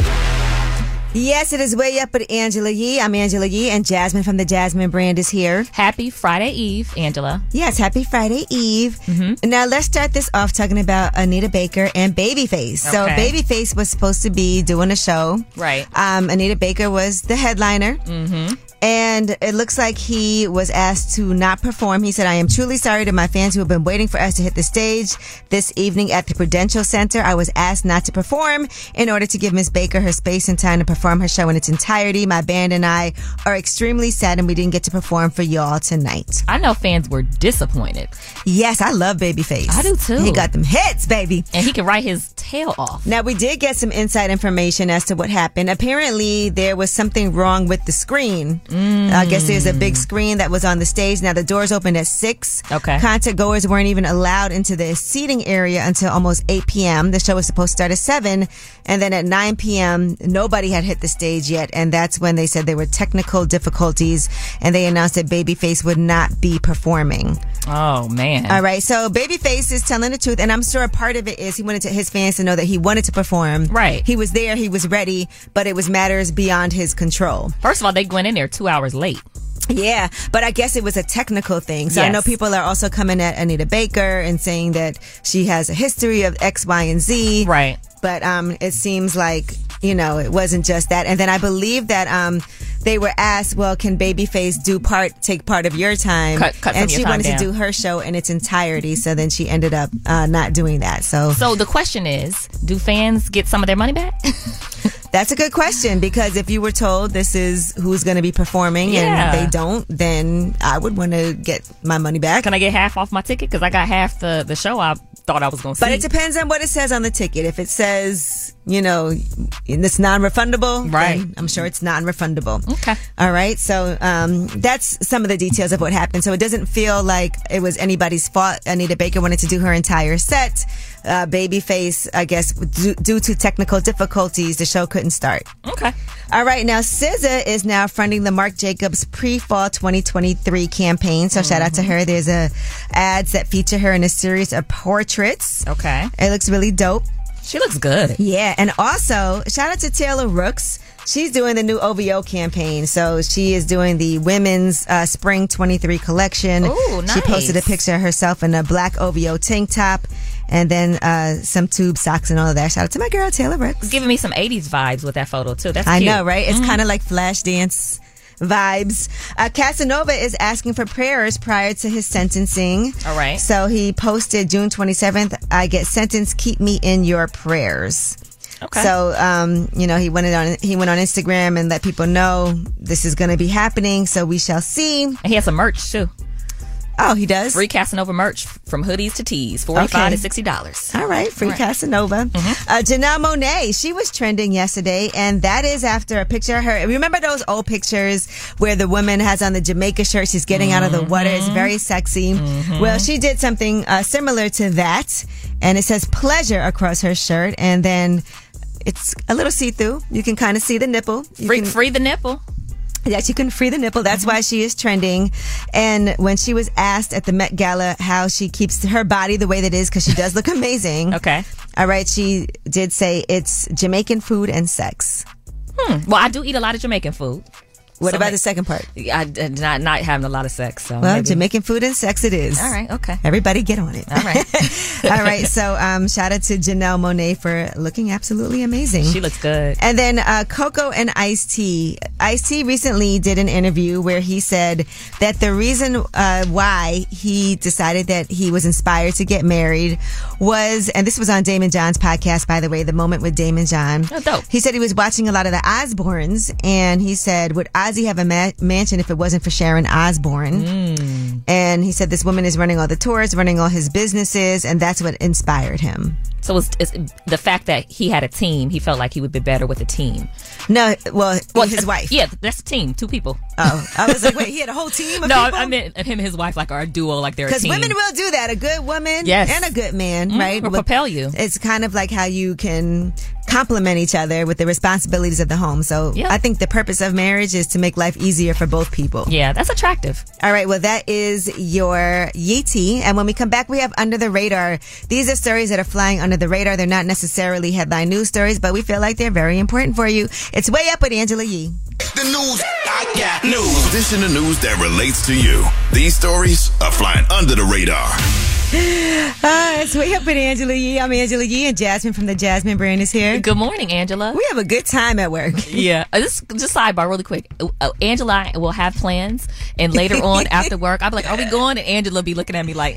[SPEAKER 1] Yes, it is Way Up with Angela Yee. I'm Angela Yee, and Jasmine from the Jasmine brand is here.
[SPEAKER 4] Happy Friday Eve, Angela.
[SPEAKER 1] Yes, happy Friday Eve. Now, let's start this off talking about Anita Baker and Babyface. So,
[SPEAKER 4] Okay.
[SPEAKER 1] Babyface was supposed to be doing a show.
[SPEAKER 4] Right.
[SPEAKER 1] Um, Anita Baker was the headliner.
[SPEAKER 4] Mm-hmm.
[SPEAKER 1] And it looks like he was asked to not perform. He said, I am truly sorry to my fans who have been waiting for us to hit the stage this evening at the Prudential Center. I was asked not to perform in order to give Miss Baker her space and time to perform her show in its entirety. My band and I are extremely sad and we didn't get to perform for y'all tonight.
[SPEAKER 4] I know fans were disappointed.
[SPEAKER 1] Yes, I love Babyface.
[SPEAKER 4] I do too.
[SPEAKER 1] He got them hits, baby.
[SPEAKER 4] And he can write his tail off.
[SPEAKER 1] Now, we did get some inside information as to what happened. Apparently, there was something wrong with the screen. I guess there's a big screen that was on the stage. Now, the doors opened at 6.
[SPEAKER 4] Okay.
[SPEAKER 1] Concert goers weren't even allowed into the seating area until almost 8 p.m. The show was supposed to start at 7. And then at 9 p.m., nobody had hit the stage yet. And that's when they said there were technical difficulties and they announced that Babyface would not be performing.
[SPEAKER 4] Oh man.
[SPEAKER 1] All right, so Babyface is telling the truth, and I'm sure a part of it is he wanted to, his fans to know that he wanted to perform. Right, he was there, he was ready, but it was matters beyond his control.
[SPEAKER 4] First of all, they went in there two hours late.
[SPEAKER 1] Yeah, but I guess it was a technical thing. So I
[SPEAKER 4] Yes.
[SPEAKER 1] know people are also coming at Anita Baker and saying that she has a history of X, Y, and Z. Right. But um, it seems like you know it wasn't just that. And then I believe that um, they were asked, "Well, can Babyface do part take part of your time?"
[SPEAKER 4] Cut- cut from
[SPEAKER 1] and
[SPEAKER 4] your
[SPEAKER 1] she
[SPEAKER 4] time
[SPEAKER 1] wanted
[SPEAKER 4] down.
[SPEAKER 1] to do her show in its entirety, so then she ended up uh, not doing that. So
[SPEAKER 4] So the question is, do fans get some of their money back?
[SPEAKER 1] that's a good question because if you were told this is who's going to be performing
[SPEAKER 4] Yeah.
[SPEAKER 1] and they don't, then I would want to get my money back.
[SPEAKER 4] Can I get half off my ticket? Because I got half the, the show I thought I was going to see.
[SPEAKER 1] But it depends on what it says on the ticket. If it says, you know, and it's non-refundable, right? I'm sure it's non-refundable. Okay. All right. So um, that's some of the details of what happened. So it doesn't feel like it was anybody's fault. Anita Baker wanted to do her entire set. Uh, Babyface, I guess, due, due to technical difficulties, the show couldn't start.
[SPEAKER 4] Okay.
[SPEAKER 1] All right. Now SZA is now fronting the Marc Jacobs pre-fall 2023 campaign. So shout out to her. There's a ads that feature her in a series of portraits.
[SPEAKER 4] Okay.
[SPEAKER 1] It looks really dope.
[SPEAKER 4] She looks good.
[SPEAKER 1] Yeah, and also shout out to Taylor Rooks. She's doing the new OVO campaign. So she is doing the women's uh, spring 23 collection.
[SPEAKER 4] Ooh,
[SPEAKER 1] She
[SPEAKER 4] nice.
[SPEAKER 1] posted a picture of herself in a black OVO tank top and then uh, some tube socks and all of that. Shout out to my girl, Taylor Rooks.
[SPEAKER 4] It's giving me some 80s vibes with that photo, too. That's
[SPEAKER 1] I
[SPEAKER 4] cute.
[SPEAKER 1] know, right? It's
[SPEAKER 4] Mhm.
[SPEAKER 1] kind of like flash dance vibes. Uh, Casanova is asking for prayers prior to his sentencing.
[SPEAKER 4] All right.
[SPEAKER 1] So he posted June 27th, I get sentenced, keep me in your prayers.
[SPEAKER 4] Okay.
[SPEAKER 1] So, um, you know, he went on he went on Instagram and let people know this is going to be happening. So we shall see. And
[SPEAKER 4] he has some merch too.
[SPEAKER 1] Oh, he does.
[SPEAKER 4] Free Casanova merch from hoodies to tees, 45 to $60.
[SPEAKER 1] All right, free Casanova.
[SPEAKER 4] Mm-hmm.
[SPEAKER 1] Uh, Janelle Monet, she was trending yesterday, and that is after a picture of her. Remember those old pictures where the woman has on the Jamaica shirt? She's getting out of the water. It's
[SPEAKER 4] Mm-hmm.
[SPEAKER 1] very sexy. Well, she did something uh, similar to that, and it says pleasure across her shirt, and then it's a little see through. You can kind of see the nipple. You
[SPEAKER 4] Free, Mm-hmm.
[SPEAKER 1] can-
[SPEAKER 4] free the nipple.
[SPEAKER 1] Yes, you can free the nipple. That's why she is trending. And when she was asked at the Met Gala how she keeps her body the way that it is, because she does look amazing.
[SPEAKER 4] okay.
[SPEAKER 1] All right. She did say it's Jamaican food and sex.
[SPEAKER 4] Hmm. Well, I do eat a lot of Jamaican food.
[SPEAKER 1] What about the second part?
[SPEAKER 4] I I- not not having a lot of sex. So
[SPEAKER 1] well,
[SPEAKER 4] Oh, maybe. Uh-huh.
[SPEAKER 1] Jamaican food and sex it is.
[SPEAKER 4] All right. Okay.
[SPEAKER 1] Everybody get on it.
[SPEAKER 4] All right.
[SPEAKER 1] All right. So, um, shout out to Janelle Monet for looking absolutely amazing.
[SPEAKER 4] She looks good.
[SPEAKER 1] And then uh, Coco and Ice T. Ice T recently did an interview where he said that the reason uh, why he decided that he was inspired to get married was, and this was on Damon John's podcast, by the way, The Moment with Damon John.
[SPEAKER 4] Oh, dope.
[SPEAKER 1] He said he was watching a lot of the Osbournes, and he said, Would Ozzy have a ma- mansion if it wasn't for Sharon Osbourne?
[SPEAKER 4] Mm.
[SPEAKER 1] And he said, This woman is running all the tours, running all his businesses, and that's what inspired him.
[SPEAKER 4] So it's, it's the fact that he had a team. He felt like he would be better with a team. Uh,
[SPEAKER 1] No, well, his wife.
[SPEAKER 4] Yeah, that's a team. Two people.
[SPEAKER 1] Oh, I was like, wait, he had a whole team of
[SPEAKER 4] no,
[SPEAKER 1] people?
[SPEAKER 4] I meant him and his wife like are a duo, like they're a
[SPEAKER 1] Because
[SPEAKER 4] team.
[SPEAKER 1] women will do that. A good woman
[SPEAKER 4] Yes.
[SPEAKER 1] and a good man,
[SPEAKER 4] Mm,
[SPEAKER 1] right?
[SPEAKER 4] will
[SPEAKER 1] With-
[SPEAKER 4] propel you.
[SPEAKER 1] It's kind of like how you can complement each other with the responsibilities of the home. So
[SPEAKER 4] Yeah.
[SPEAKER 1] I think the purpose of marriage is to make life easier for both people.
[SPEAKER 4] Yeah, that's attractive.
[SPEAKER 1] All right. Well, that is your Yeti. And when we come back, we have Under the Radar. These are stories that are flying under the radar. They're not necessarily headline news stories, but we feel like they're very important for you. It's Way Up with Angela Yee.
[SPEAKER 7] The news I got news. This in the news that relates to you. These stories are flying under the radar.
[SPEAKER 1] Uh, it's way up with Angela Yee. I'm Angela Yee, and Jasmine from the Jasmine brand is here.
[SPEAKER 4] Good morning, Angela.
[SPEAKER 1] We have a good time at work.
[SPEAKER 4] Yeah. Uh, This just sidebar really quick. Uh, uh, Angela will have plans, and later on after work, I'll be like, "Are we going?" And Angela be looking at me like,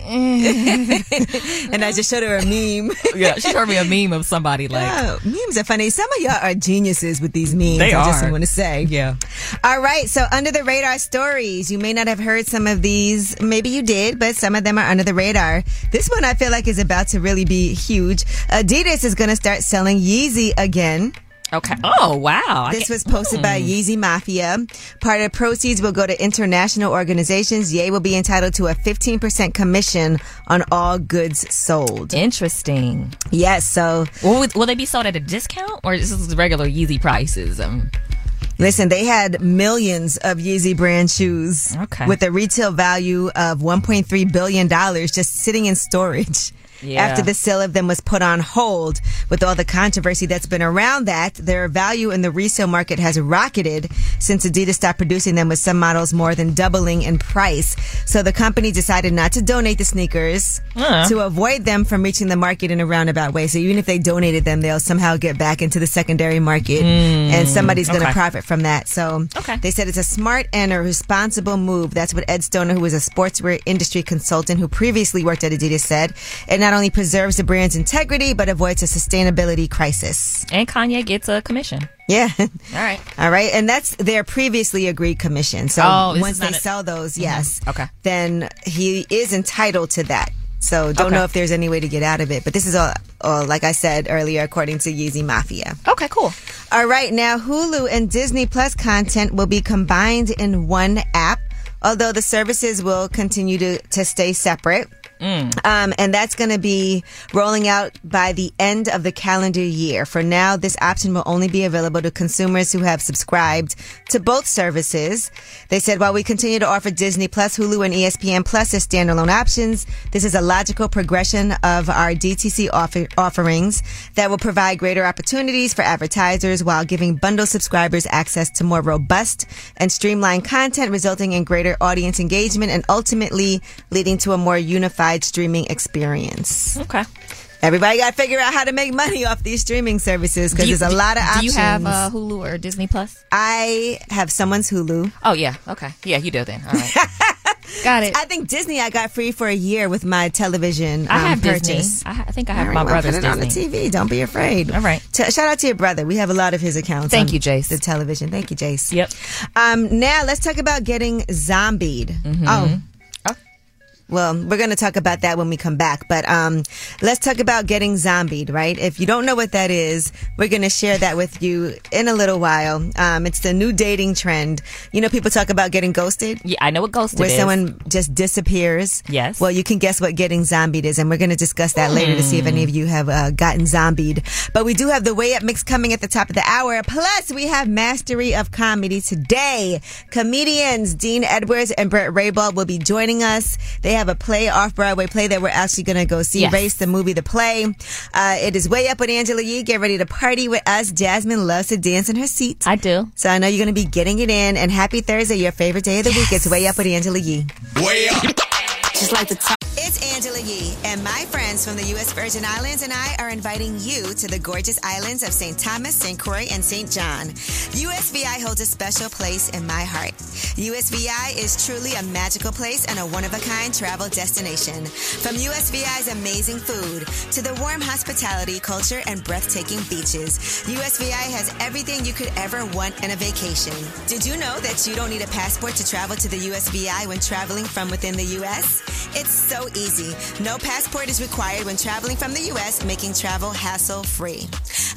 [SPEAKER 4] mm.
[SPEAKER 1] and I just showed her a meme.
[SPEAKER 4] yeah, she showed me a meme of somebody like.
[SPEAKER 1] Oh, memes are funny. Some of y'all are geniuses with these memes.
[SPEAKER 4] They
[SPEAKER 1] I just
[SPEAKER 4] are.
[SPEAKER 1] want to say.
[SPEAKER 4] Yeah.
[SPEAKER 1] All right. So, under the radar stories. You may not have heard some of these. Maybe you did, but some of them are under the radar. This one I feel like is about to really be huge. Adidas is going to start selling Yeezy again.
[SPEAKER 4] Okay. Oh wow. I
[SPEAKER 1] This
[SPEAKER 4] can't-
[SPEAKER 1] was posted by
[SPEAKER 4] Hmm.
[SPEAKER 1] Yeezy Mafia. Part of the proceeds will go to international organizations. Ye will be entitled to a 15% commission on all goods sold.
[SPEAKER 4] Interesting.
[SPEAKER 1] Yes. So,
[SPEAKER 4] Will, would- will they be sold at a discount or is this regular Yeezy prices? Um,
[SPEAKER 1] Listen, they had millions of Yeezy brand shoes
[SPEAKER 4] Okay.
[SPEAKER 1] with a retail value of $1.3 billion just sitting in storage.
[SPEAKER 4] Yeah.
[SPEAKER 1] After the sale of them was put on hold with all the controversy that's been around that, their value in the resale market has rocketed since Adidas stopped producing them with some models more than doubling in price. So the company decided not to donate the sneakers
[SPEAKER 4] Huh.
[SPEAKER 1] to avoid them from reaching the market in a roundabout way. So even if they donated them, they'll somehow get back into the secondary market
[SPEAKER 4] Mm,
[SPEAKER 1] and somebody's going to
[SPEAKER 4] okay.
[SPEAKER 1] profit from that. So they said it's a smart and a responsible move. That's what Ed Stoner, who is a sportswear industry consultant who previously worked at Adidas, said. It not only preserves the brand's integrity, but avoids a sustainability crisis.
[SPEAKER 4] And Kanye gets a commission.
[SPEAKER 1] Yeah.
[SPEAKER 4] All right.
[SPEAKER 1] All right, and that's their previously agreed commission. So
[SPEAKER 4] Oh, this
[SPEAKER 1] once
[SPEAKER 4] is
[SPEAKER 1] they
[SPEAKER 4] not a- Mm-hmm.
[SPEAKER 1] sell those, yes,
[SPEAKER 4] Okay.
[SPEAKER 1] then he is entitled to that. So don't
[SPEAKER 4] Okay.
[SPEAKER 1] know if there's any way to get out of it, but this is all, all like I said earlier, according to Yeezy Mafia.
[SPEAKER 4] Okay, cool.
[SPEAKER 1] All right, now Hulu and Disney Plus content will be combined in one app, although the services will continue to to stay separate. Um, and that's going to be rolling out by the end of the calendar year. For now, this option will only be available to consumers who have subscribed to both services. They said while we continue to offer Disney Plus, Hulu, and E ESPN Plus as standalone options, this is a logical progression of our DTC offer- offerings that will provide greater opportunities for advertisers while giving bundle subscribers access to more robust and streamlined content, resulting in greater audience engagement and ultimately leading to a more unified streaming experience.
[SPEAKER 4] Okay.
[SPEAKER 1] Everybody got to figure out how to make money off these streaming services because
[SPEAKER 4] Do you-
[SPEAKER 1] there's a lot of
[SPEAKER 4] do
[SPEAKER 1] options.
[SPEAKER 4] you have uh, Hulu or Disney Plus?
[SPEAKER 1] I have someone's Hulu.
[SPEAKER 4] Oh yeah. Okay. Yeah, you do then. All right. Got it.
[SPEAKER 1] I think Disney I got free for a year with my television
[SPEAKER 4] I
[SPEAKER 1] um,
[SPEAKER 4] have Disney.
[SPEAKER 1] purchase.
[SPEAKER 4] I ha- I think I have
[SPEAKER 1] All
[SPEAKER 4] my
[SPEAKER 1] well,
[SPEAKER 4] brother's
[SPEAKER 1] put it
[SPEAKER 4] Disney.
[SPEAKER 1] on the TV. Don't be afraid.
[SPEAKER 4] All right.
[SPEAKER 1] T- shout out to your brother. We have a lot of his accounts.
[SPEAKER 4] Thank
[SPEAKER 1] on
[SPEAKER 4] you, Jace.
[SPEAKER 1] The television. Thank you, Jace.
[SPEAKER 4] Yep.
[SPEAKER 1] Um, now let's talk about getting zombied.
[SPEAKER 4] Mm-hmm.
[SPEAKER 1] Oh. Well, we're going to talk about that when we come back, but um, let's talk about getting zombied, right? If you don't know what that is, we're going to share that with you in a little while. Um, it's the new dating trend. You know, people talk about getting ghosted.
[SPEAKER 4] Yeah, I know what ghosted
[SPEAKER 1] where
[SPEAKER 4] is.
[SPEAKER 1] someone just disappears.
[SPEAKER 4] Yes.
[SPEAKER 1] Well, you can guess what getting zombied is, and we're going to discuss that later to see if
[SPEAKER 4] Hmm.
[SPEAKER 1] any of you have uh, gotten zombied. But we do have the way up mix coming at the top of the hour. Plus, we have mastery of comedy today. Comedians Dean Edwards and Brett Raybald will be joining us. They have a play off Broadway play that we're actually going to go see.
[SPEAKER 4] Yes.
[SPEAKER 1] Race the movie, the play. Uh, it is way up with Angela Yee. Get ready to party with us. Jasmine loves to dance in her seat. I
[SPEAKER 4] do.
[SPEAKER 1] So I know you're going to be getting it in. And happy Thursday, your favorite day of the week. It's way up with Angela Yee.
[SPEAKER 3] Way up.
[SPEAKER 1] Just like the top. It's Angela Yee, and my friends from the U.S. Virgin Islands and I are inviting you to the gorgeous islands of St. Thomas, St. Croix, and St. John. USVI holds a special place in my heart. USVI is truly a magical place and a one of a kind travel destination. From USVI's amazing food to the warm hospitality, culture, and breathtaking beaches, USVI has everything you could ever want in a vacation. Did you know that you don't need a passport to travel to the USVI when traveling from within the U.S.? It's so easy. No passport is required when traveling from the U.S., making travel hassle free.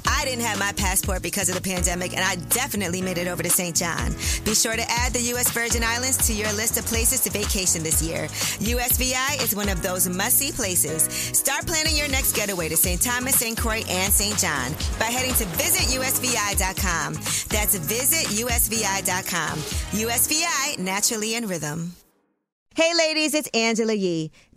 [SPEAKER 1] I didn't have my passport because of the pandemic, and I definitely made it over to St. John. Be sure to add the U.S. Virgin Islands to your list of places to vacation this year. USVI is one of those must see places. Start planning your next getaway to St. Thomas, St. Croix, and St. John by heading to visitusvi.com. That's visitusvi.com. USVI, naturally in rhythm. Hey ladies, it's Angela Yee.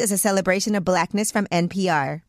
[SPEAKER 1] is a celebration of blackness from NPR.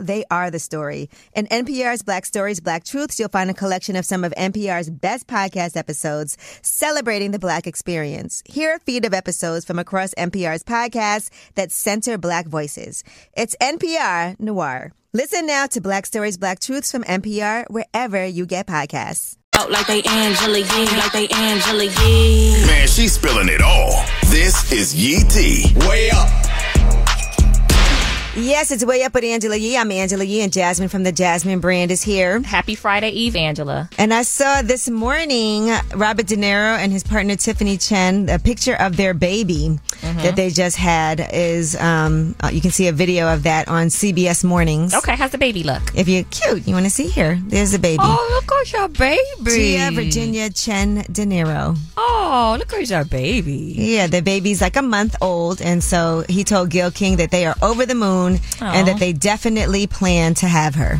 [SPEAKER 1] they are the story. In NPR's Black Stories, Black Truths, you'll find a collection of some of NPR's best podcast episodes celebrating the black experience. Hear a feed of episodes from across NPR's podcasts that center black voices. It's NPR Noir. Listen now to Black Stories, Black Truths from NPR wherever you get podcasts.
[SPEAKER 16] Out like they Angela Yee, like they Angela Yee.
[SPEAKER 7] Man, she's spilling it all. This is Yee T. Way up.
[SPEAKER 1] Yes, it's way up with Angela Yee. I'm Angela Yee, and Jasmine from the Jasmine brand is here.
[SPEAKER 4] Happy Friday Eve, Angela.
[SPEAKER 1] And I saw this morning Robert De Niro and his partner Tiffany Chen a picture of their baby
[SPEAKER 4] Mm-hmm.
[SPEAKER 1] that they just had. Is um, uh, you can see a video of that on CBS Mornings.
[SPEAKER 4] Okay, how's the baby look?
[SPEAKER 1] If you're cute, you want to see here. There's the baby.
[SPEAKER 4] Oh, look at your baby.
[SPEAKER 1] Gia Virginia Chen De Niro.
[SPEAKER 4] Oh, look at your baby.
[SPEAKER 1] Yeah, the baby's like a month old, and so he told Gil King that they are over the moon
[SPEAKER 4] Aw.
[SPEAKER 1] and that they definitely plan to have her.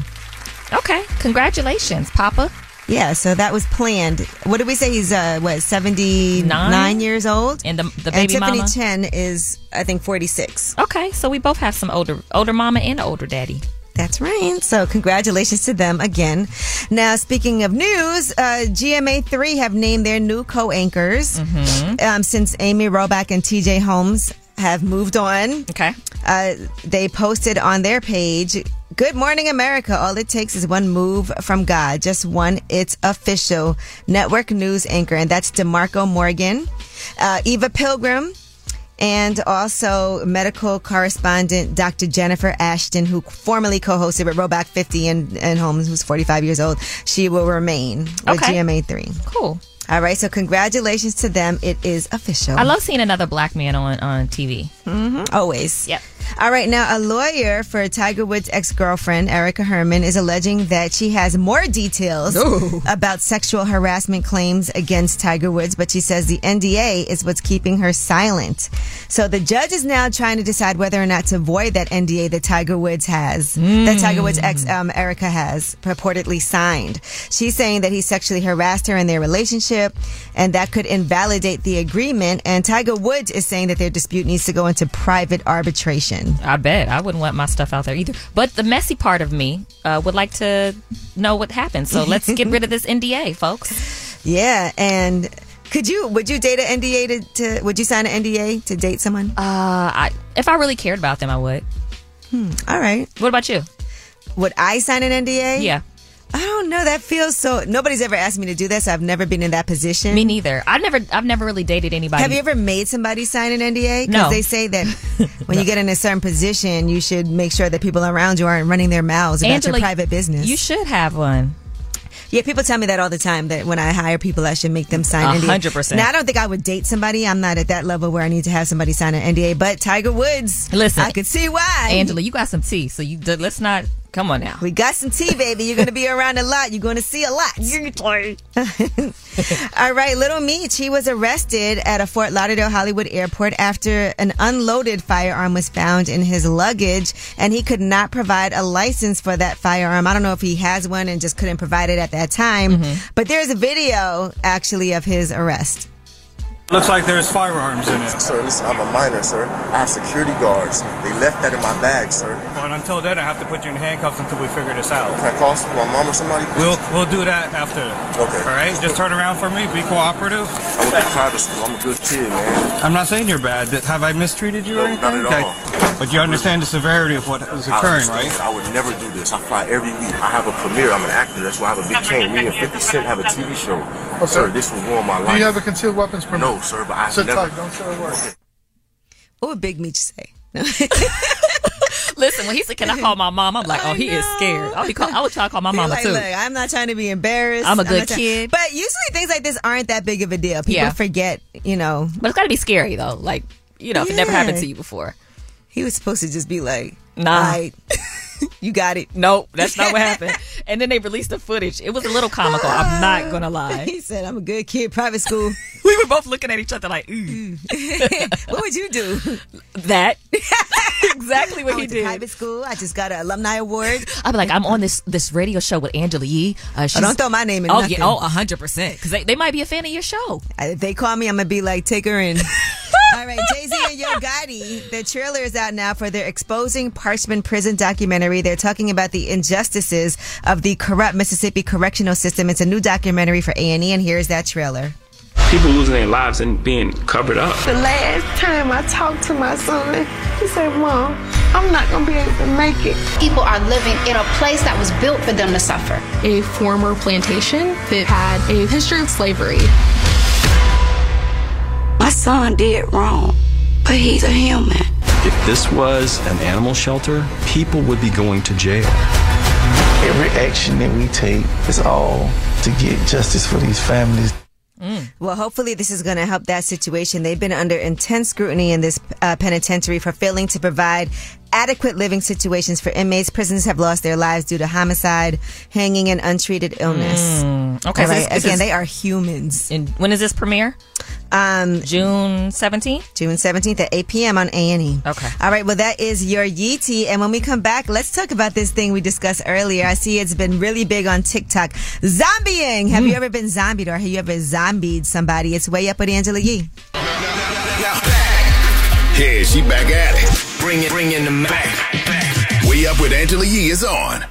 [SPEAKER 4] Okay, congratulations, Papa.
[SPEAKER 1] Yeah, so that was planned. What did we say? He's uh, what seventy nine years old,
[SPEAKER 4] and the, the baby
[SPEAKER 1] Tiffany
[SPEAKER 4] mama?
[SPEAKER 1] Chen is I think forty six.
[SPEAKER 4] Okay, so we both have some older older mama and older daddy.
[SPEAKER 1] That's right. So congratulations to them again. Now, speaking of news, uh, GMA3 have named their new co-anchors um, since Amy Robach and TJ Holmes have moved on.
[SPEAKER 4] Okay.
[SPEAKER 1] Uh, they posted on their page, Good Morning America. All it takes is one move from God. Just one. It's official network news anchor. And that's DeMarco Morgan, uh, Eva Pilgrim, and also medical correspondent Dr. Jennifer Ashton, who formerly co-hosted with Roback 50 and, and Holmes, who's 45 years old. She will remain with
[SPEAKER 4] Okay.
[SPEAKER 1] GMA3.
[SPEAKER 4] Cool.
[SPEAKER 1] All right, so congratulations to them. It is official.
[SPEAKER 4] I love Mm-hmm. seeing another black man on on TV.
[SPEAKER 1] hmm Always.
[SPEAKER 4] Yep.
[SPEAKER 1] All right, now a lawyer for Tiger Woods' ex girlfriend, Erica Herman, is alleging that she has more details about sexual harassment claims against Tiger Woods, but she says the NDA is what's keeping her silent. So the judge is now trying to decide whether or not to void that NDA that Tiger Woods has, that Tiger Woods' ex um, Erica has purportedly signed. She's saying that he sexually harassed her in their relationship, and that could invalidate the agreement. And Tiger Woods is saying that their dispute needs to go into private arbitration.
[SPEAKER 4] I bet I wouldn't want my stuff out there either. But the messy part of me uh, would like to know what happened. So let's get rid of this NDA, folks.
[SPEAKER 1] Yeah, and could you would you date an NDA to, to would you sign an NDA to date someone? Uh,
[SPEAKER 4] I If I really cared about them, I would.
[SPEAKER 1] Hmm, all right.
[SPEAKER 4] What about you?
[SPEAKER 1] Would I sign an NDA?
[SPEAKER 4] Yeah.
[SPEAKER 1] I don't know. That feels so. Nobody's ever asked me to do that, so I've never been in that position.
[SPEAKER 4] Me neither. I've never I've never really dated anybody.
[SPEAKER 1] Have you ever made somebody sign an NDA?
[SPEAKER 4] No.
[SPEAKER 1] they say that when you get in a certain position, you should make sure that people around you aren't running their mouths about
[SPEAKER 4] Angela,
[SPEAKER 1] your private business.
[SPEAKER 4] You should have one.
[SPEAKER 1] Yeah, people tell me that all the time. That when I hire people, I should make them sign
[SPEAKER 4] A
[SPEAKER 1] NDA.
[SPEAKER 4] hundred percent.
[SPEAKER 1] Now I don't think I would date somebody. I'm not at that level where I need to have somebody sign an NDA. But Tiger Woods,
[SPEAKER 4] Listen.
[SPEAKER 1] I could see why.
[SPEAKER 4] Angela, you got some tea, so you let's not come on now.
[SPEAKER 1] We got some tea, baby. You're going to be around a lot. You're going to see a lot. All right, Little Meech, he was arrested at a Fort Lauderdale Hollywood airport after an unloaded firearm was found in his luggage, and he could not provide a license for that firearm. I don't know if he has one and just couldn't provide it at that time,
[SPEAKER 4] Mm-hmm.
[SPEAKER 1] but there's a video actually of his arrest.
[SPEAKER 17] Looks like there's firearms in it. Sir, listen, I'm a minor, sir. I have security guards. They left that in my bag, sir.
[SPEAKER 18] Well, and until then, I have to put you in handcuffs until we figure this out.
[SPEAKER 17] Can I call my mom or somebody?
[SPEAKER 18] We'll we'll do that after.
[SPEAKER 17] Okay.
[SPEAKER 18] All right. Just turn around for me. Be cooperative.
[SPEAKER 17] I went to private school. I'm a good kid, man.
[SPEAKER 18] I'm not saying you're bad. Th- Have I mistreated you or
[SPEAKER 17] No, not
[SPEAKER 18] anything?
[SPEAKER 17] at all.
[SPEAKER 18] Okay. But you understand the severity of what is occurring,
[SPEAKER 17] I,
[SPEAKER 18] right?
[SPEAKER 17] I would never do this. I fly every week. I have a premiere. I'm an actor. That's why I have a big chain. Me and 50 Cent have a TV show. Sir, this will ruin my life.
[SPEAKER 19] Do you have a concealed weapons permit?
[SPEAKER 17] no, sir, but I've
[SPEAKER 19] Sit
[SPEAKER 17] never.
[SPEAKER 19] tight. Don't say a word.
[SPEAKER 1] What would Big Meech say?
[SPEAKER 4] Listen, when he said, "Can I call my mom?" I'm like, "Oh, he is scared." I'll be call, I would try to call my
[SPEAKER 1] Be
[SPEAKER 4] mama
[SPEAKER 1] like,
[SPEAKER 4] too.
[SPEAKER 1] Look, I'm not trying to be embarrassed.
[SPEAKER 4] I'm a good
[SPEAKER 1] not trying-"
[SPEAKER 4] kid.
[SPEAKER 1] But usually things like this aren't that big of a deal. People
[SPEAKER 4] Yeah.
[SPEAKER 1] forget, you know.
[SPEAKER 4] But it's got to be scary though. Like you know, if it never
[SPEAKER 1] Yeah.
[SPEAKER 4] happened to you before.
[SPEAKER 1] He was supposed to just be like,
[SPEAKER 4] Nah.
[SPEAKER 1] "All right, you got it."
[SPEAKER 4] Nope, that's not what happened. And then they released the footage. It was a little comical. I'm
[SPEAKER 1] Ah.
[SPEAKER 4] not gonna lie.
[SPEAKER 1] He said, "I'm a good kid, private school."
[SPEAKER 4] We were both looking at each other like,
[SPEAKER 1] Mm.
[SPEAKER 4] ooh.
[SPEAKER 1] what would you do?
[SPEAKER 4] That exactly what
[SPEAKER 1] I
[SPEAKER 4] he
[SPEAKER 1] went to
[SPEAKER 4] did.
[SPEAKER 1] Private school. I just got an alumni award.
[SPEAKER 4] I'd be like, I'm on this this radio show with Angela Yee. Uh, she's,
[SPEAKER 1] don't throw my name in
[SPEAKER 4] Oh,
[SPEAKER 1] nothing.
[SPEAKER 4] yeah, oh, 100%. Because they, they might be a fan of your show.
[SPEAKER 1] I- If they call me, I'm gonna be like, "Take her in." All right, Jay Z and Yo Gotti. The trailer is out now for their exposing Parchment Prison documentary. They're talking about the injustices of the corrupt Mississippi correctional system. It's a new documentary for A and E, and here's that trailer.
[SPEAKER 19] People losing their lives and being covered up.
[SPEAKER 20] The last time I talked to my son, he said, Mom, I'm not going to be able to make it.
[SPEAKER 21] People are living in a place that was built for them to suffer.
[SPEAKER 22] a former plantation that had a history of slavery.
[SPEAKER 23] My son did wrong, but he's a human.
[SPEAKER 24] If this was an animal shelter, people would be going to jail.
[SPEAKER 25] Every action that we take is all to get justice for these families.
[SPEAKER 1] Mm. Well, hopefully, this is going to help that situation. They've been under intense scrutiny in this uh, penitentiary for failing to provide adequate living situations for inmates. Prisoners have lost their lives due to homicide, hanging, and untreated illness.
[SPEAKER 4] Mm, okay,
[SPEAKER 1] All
[SPEAKER 4] so
[SPEAKER 1] right,
[SPEAKER 4] this- this
[SPEAKER 1] again,
[SPEAKER 4] is-
[SPEAKER 1] they are humans.
[SPEAKER 4] And when is this premiere?
[SPEAKER 1] Um,
[SPEAKER 4] June 17th?
[SPEAKER 1] June 17th at 8 p.m. on A&E.
[SPEAKER 4] Okay.
[SPEAKER 1] All right, well, that is your Yeetie. And when we come back, let's talk about this thing we discussed earlier. I see it's been really big on TikTok. Zombieing! Have
[SPEAKER 4] Hmm.
[SPEAKER 1] you ever been zombied or have you ever zombied somebody? It's way up with Angela Yee.
[SPEAKER 7] Yeah, she back at it. Bring it, bring in the back. Way Up with Angela Yee is on.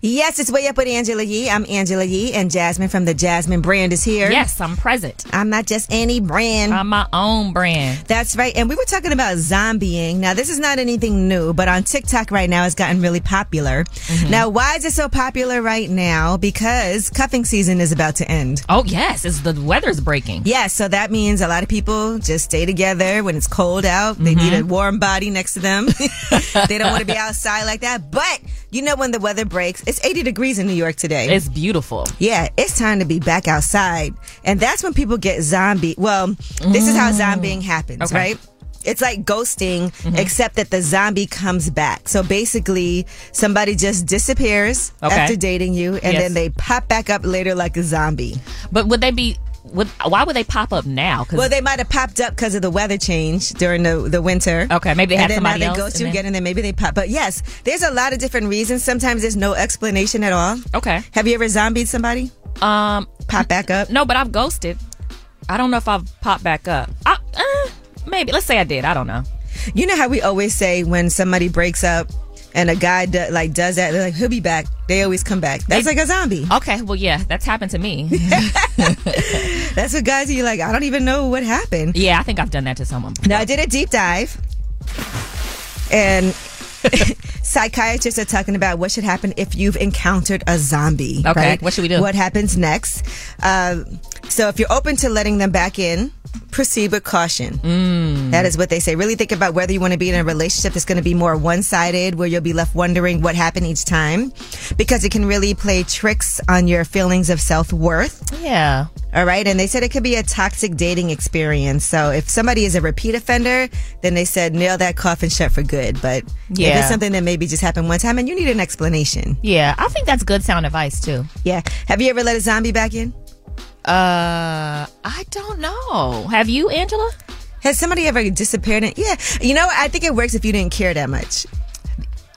[SPEAKER 1] Yes, it's way up with Angela Yee. I'm Angela Yee, and Jasmine from the Jasmine brand is here.
[SPEAKER 4] Yes, I'm present.
[SPEAKER 1] I'm not just any brand.
[SPEAKER 4] I'm my own brand.
[SPEAKER 1] That's right. And we were talking about zombieing. Now, this is not anything new, but on TikTok right now, it's gotten really popular.
[SPEAKER 4] Mm-hmm.
[SPEAKER 1] Now, why is it so popular right now? Because cuffing season is about to end.
[SPEAKER 4] Oh, yes. It's the weather's breaking.
[SPEAKER 1] Yes, so that means a lot of people just stay together when it's cold out.
[SPEAKER 4] Mm-hmm.
[SPEAKER 1] They need a warm body next to them. they don't want to be outside like that. But you know, when the weather breaks, it's 80 degrees in New York today.
[SPEAKER 4] It's beautiful.
[SPEAKER 1] Yeah, it's time to be back outside. And that's when people get zombie. Well, this is how zombieing happens,
[SPEAKER 4] Mm. Okay. Mm-hmm.
[SPEAKER 1] right? It's like ghosting, except that the zombie comes back. So basically, somebody just disappears
[SPEAKER 4] Okay.
[SPEAKER 1] after dating you, and
[SPEAKER 4] Yes.
[SPEAKER 1] then they pop back up later like a zombie.
[SPEAKER 4] But would they be, would, why would they pop up now? 'Cause-
[SPEAKER 1] Well, they might have popped up because of the weather change during the, the winter.
[SPEAKER 4] Okay, maybe they
[SPEAKER 1] and
[SPEAKER 4] had
[SPEAKER 1] then
[SPEAKER 4] somebody
[SPEAKER 1] now
[SPEAKER 4] else
[SPEAKER 1] they ghost
[SPEAKER 4] and
[SPEAKER 1] you
[SPEAKER 4] then-
[SPEAKER 1] again, and then maybe they pop. But yes, there's a lot of different reasons. Sometimes there's no explanation at all.
[SPEAKER 4] okay.
[SPEAKER 1] Have you ever zombied somebody?
[SPEAKER 4] Um,
[SPEAKER 1] Pop back up?
[SPEAKER 4] No, but I've ghosted. I don't know if I've popped back up. I, uh, maybe. Let's say I did. I don't know.
[SPEAKER 1] You know how we always say when somebody breaks up and a guy do, like does that, they're like, "He'll be back." They always come back. That's
[SPEAKER 4] They-
[SPEAKER 1] like a zombie.
[SPEAKER 4] Okay. Well, yeah, that's happened to me.
[SPEAKER 1] That's what guys are like. I don't even know what happened.
[SPEAKER 4] yeah, I think I've done that to someone.
[SPEAKER 1] Now I did a deep dive, and psychiatrists are talking about what should happen if you've encountered a zombie.
[SPEAKER 4] Okay,
[SPEAKER 1] right?
[SPEAKER 4] what should we do?
[SPEAKER 1] What happens next? Uh, so if you're open to letting them back in, proceed with caution.
[SPEAKER 4] Mm.
[SPEAKER 1] That is what they say. Really think about whether you want to be in a relationship that's going to be more one sided, where you'll be left wondering what happened each time, because it can really play tricks on your feelings of self worth.
[SPEAKER 4] Yeah.
[SPEAKER 1] All right. And they said it could be a toxic dating experience. So if somebody is a repeat offender, then they said nail that coffin shut for good. But yeah. if
[SPEAKER 4] Yeah.
[SPEAKER 1] it's something that maybe just happened one time and you need an explanation.
[SPEAKER 4] Yeah, I think that's good sound advice too.
[SPEAKER 1] Yeah. Have you ever let a zombie back in?
[SPEAKER 4] Uh, I don't know. Have you, Angela?
[SPEAKER 1] Has somebody ever disappeared? In? Yeah. You know, I think it works if you didn't care that much.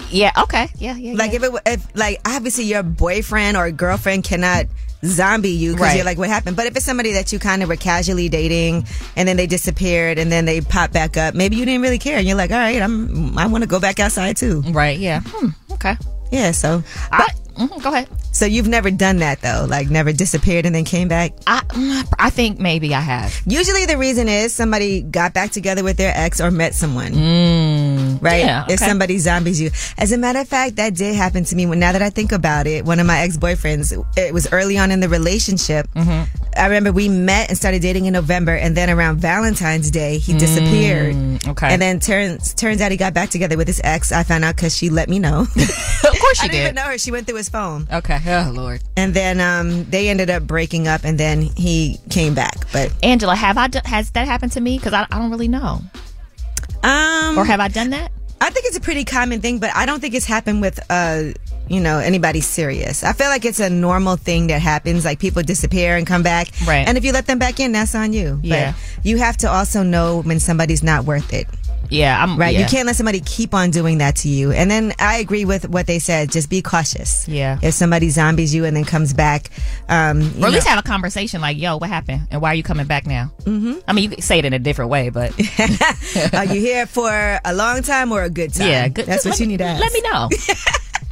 [SPEAKER 4] Yeah. Okay. Yeah. Yeah.
[SPEAKER 1] Like
[SPEAKER 4] yeah.
[SPEAKER 1] if it, wa- if like obviously your boyfriend or girlfriend cannot zombie you because
[SPEAKER 4] Right.
[SPEAKER 1] you're like what happened. But if it's somebody that you kind of were casually dating and then they disappeared and then they pop back up, maybe you didn't really care and you're like, all right, I'm I want to go back outside too.
[SPEAKER 4] right. Yeah. Hmm, okay.
[SPEAKER 1] Yeah. So
[SPEAKER 4] I, mhm, go ahead.
[SPEAKER 1] so you've never done that though, like never disappeared and then came back.
[SPEAKER 4] I mm, I think maybe I have.
[SPEAKER 1] Usually the reason is somebody got back together with their ex or met someone. right?
[SPEAKER 4] Mm. yeah,
[SPEAKER 1] If
[SPEAKER 4] okay.
[SPEAKER 1] somebody zombies you. As a matter of fact, that did happen to me. When now that I think about it, one of my ex boyfriends, it was early on in the relationship.
[SPEAKER 4] Mm-hmm.
[SPEAKER 1] I remember we met and started dating in November, and then around Valentine's Day, he disappeared.
[SPEAKER 4] Mm, okay.
[SPEAKER 1] And then turns turns out he got back together with his ex. I found out because she let me know.
[SPEAKER 4] of course
[SPEAKER 1] I
[SPEAKER 4] you
[SPEAKER 1] didn't even
[SPEAKER 4] did.
[SPEAKER 1] know her. She went through his phone,
[SPEAKER 4] Okay. Oh Lord.
[SPEAKER 1] and then um, they ended up breaking up, and then he came back. But
[SPEAKER 4] Angela, have I done, has that happened to me? Because I, I don't really know.
[SPEAKER 1] um,
[SPEAKER 4] Or have I done that?
[SPEAKER 1] I think it's a pretty common thing, but I don't think it's happened with uh, you know, anybody serious. I feel like it's a normal thing that happens. Like people disappear and come back,
[SPEAKER 4] Right.
[SPEAKER 1] And if you let them back in, that's on you.
[SPEAKER 4] Yeah.
[SPEAKER 1] But you have to also know when somebody's not worth it.
[SPEAKER 4] Yeah, I'm
[SPEAKER 1] Right,
[SPEAKER 4] Um, yeah.
[SPEAKER 1] you can't let somebody keep on doing that to you. And then I agree with what they said. Just be cautious.
[SPEAKER 4] Yeah.
[SPEAKER 1] if somebody zombies you and then comes back, um, you
[SPEAKER 4] Or at least
[SPEAKER 1] know-
[SPEAKER 4] have a conversation like, "Yo, what happened? And why are you coming back now?" Mm-hmm. I mean, you could say it in a different way, but
[SPEAKER 1] Are you here for a long time or a good time?
[SPEAKER 4] Yeah, good-
[SPEAKER 1] That's
[SPEAKER 4] let
[SPEAKER 1] what you
[SPEAKER 4] me-
[SPEAKER 1] need to ask.
[SPEAKER 4] let me know.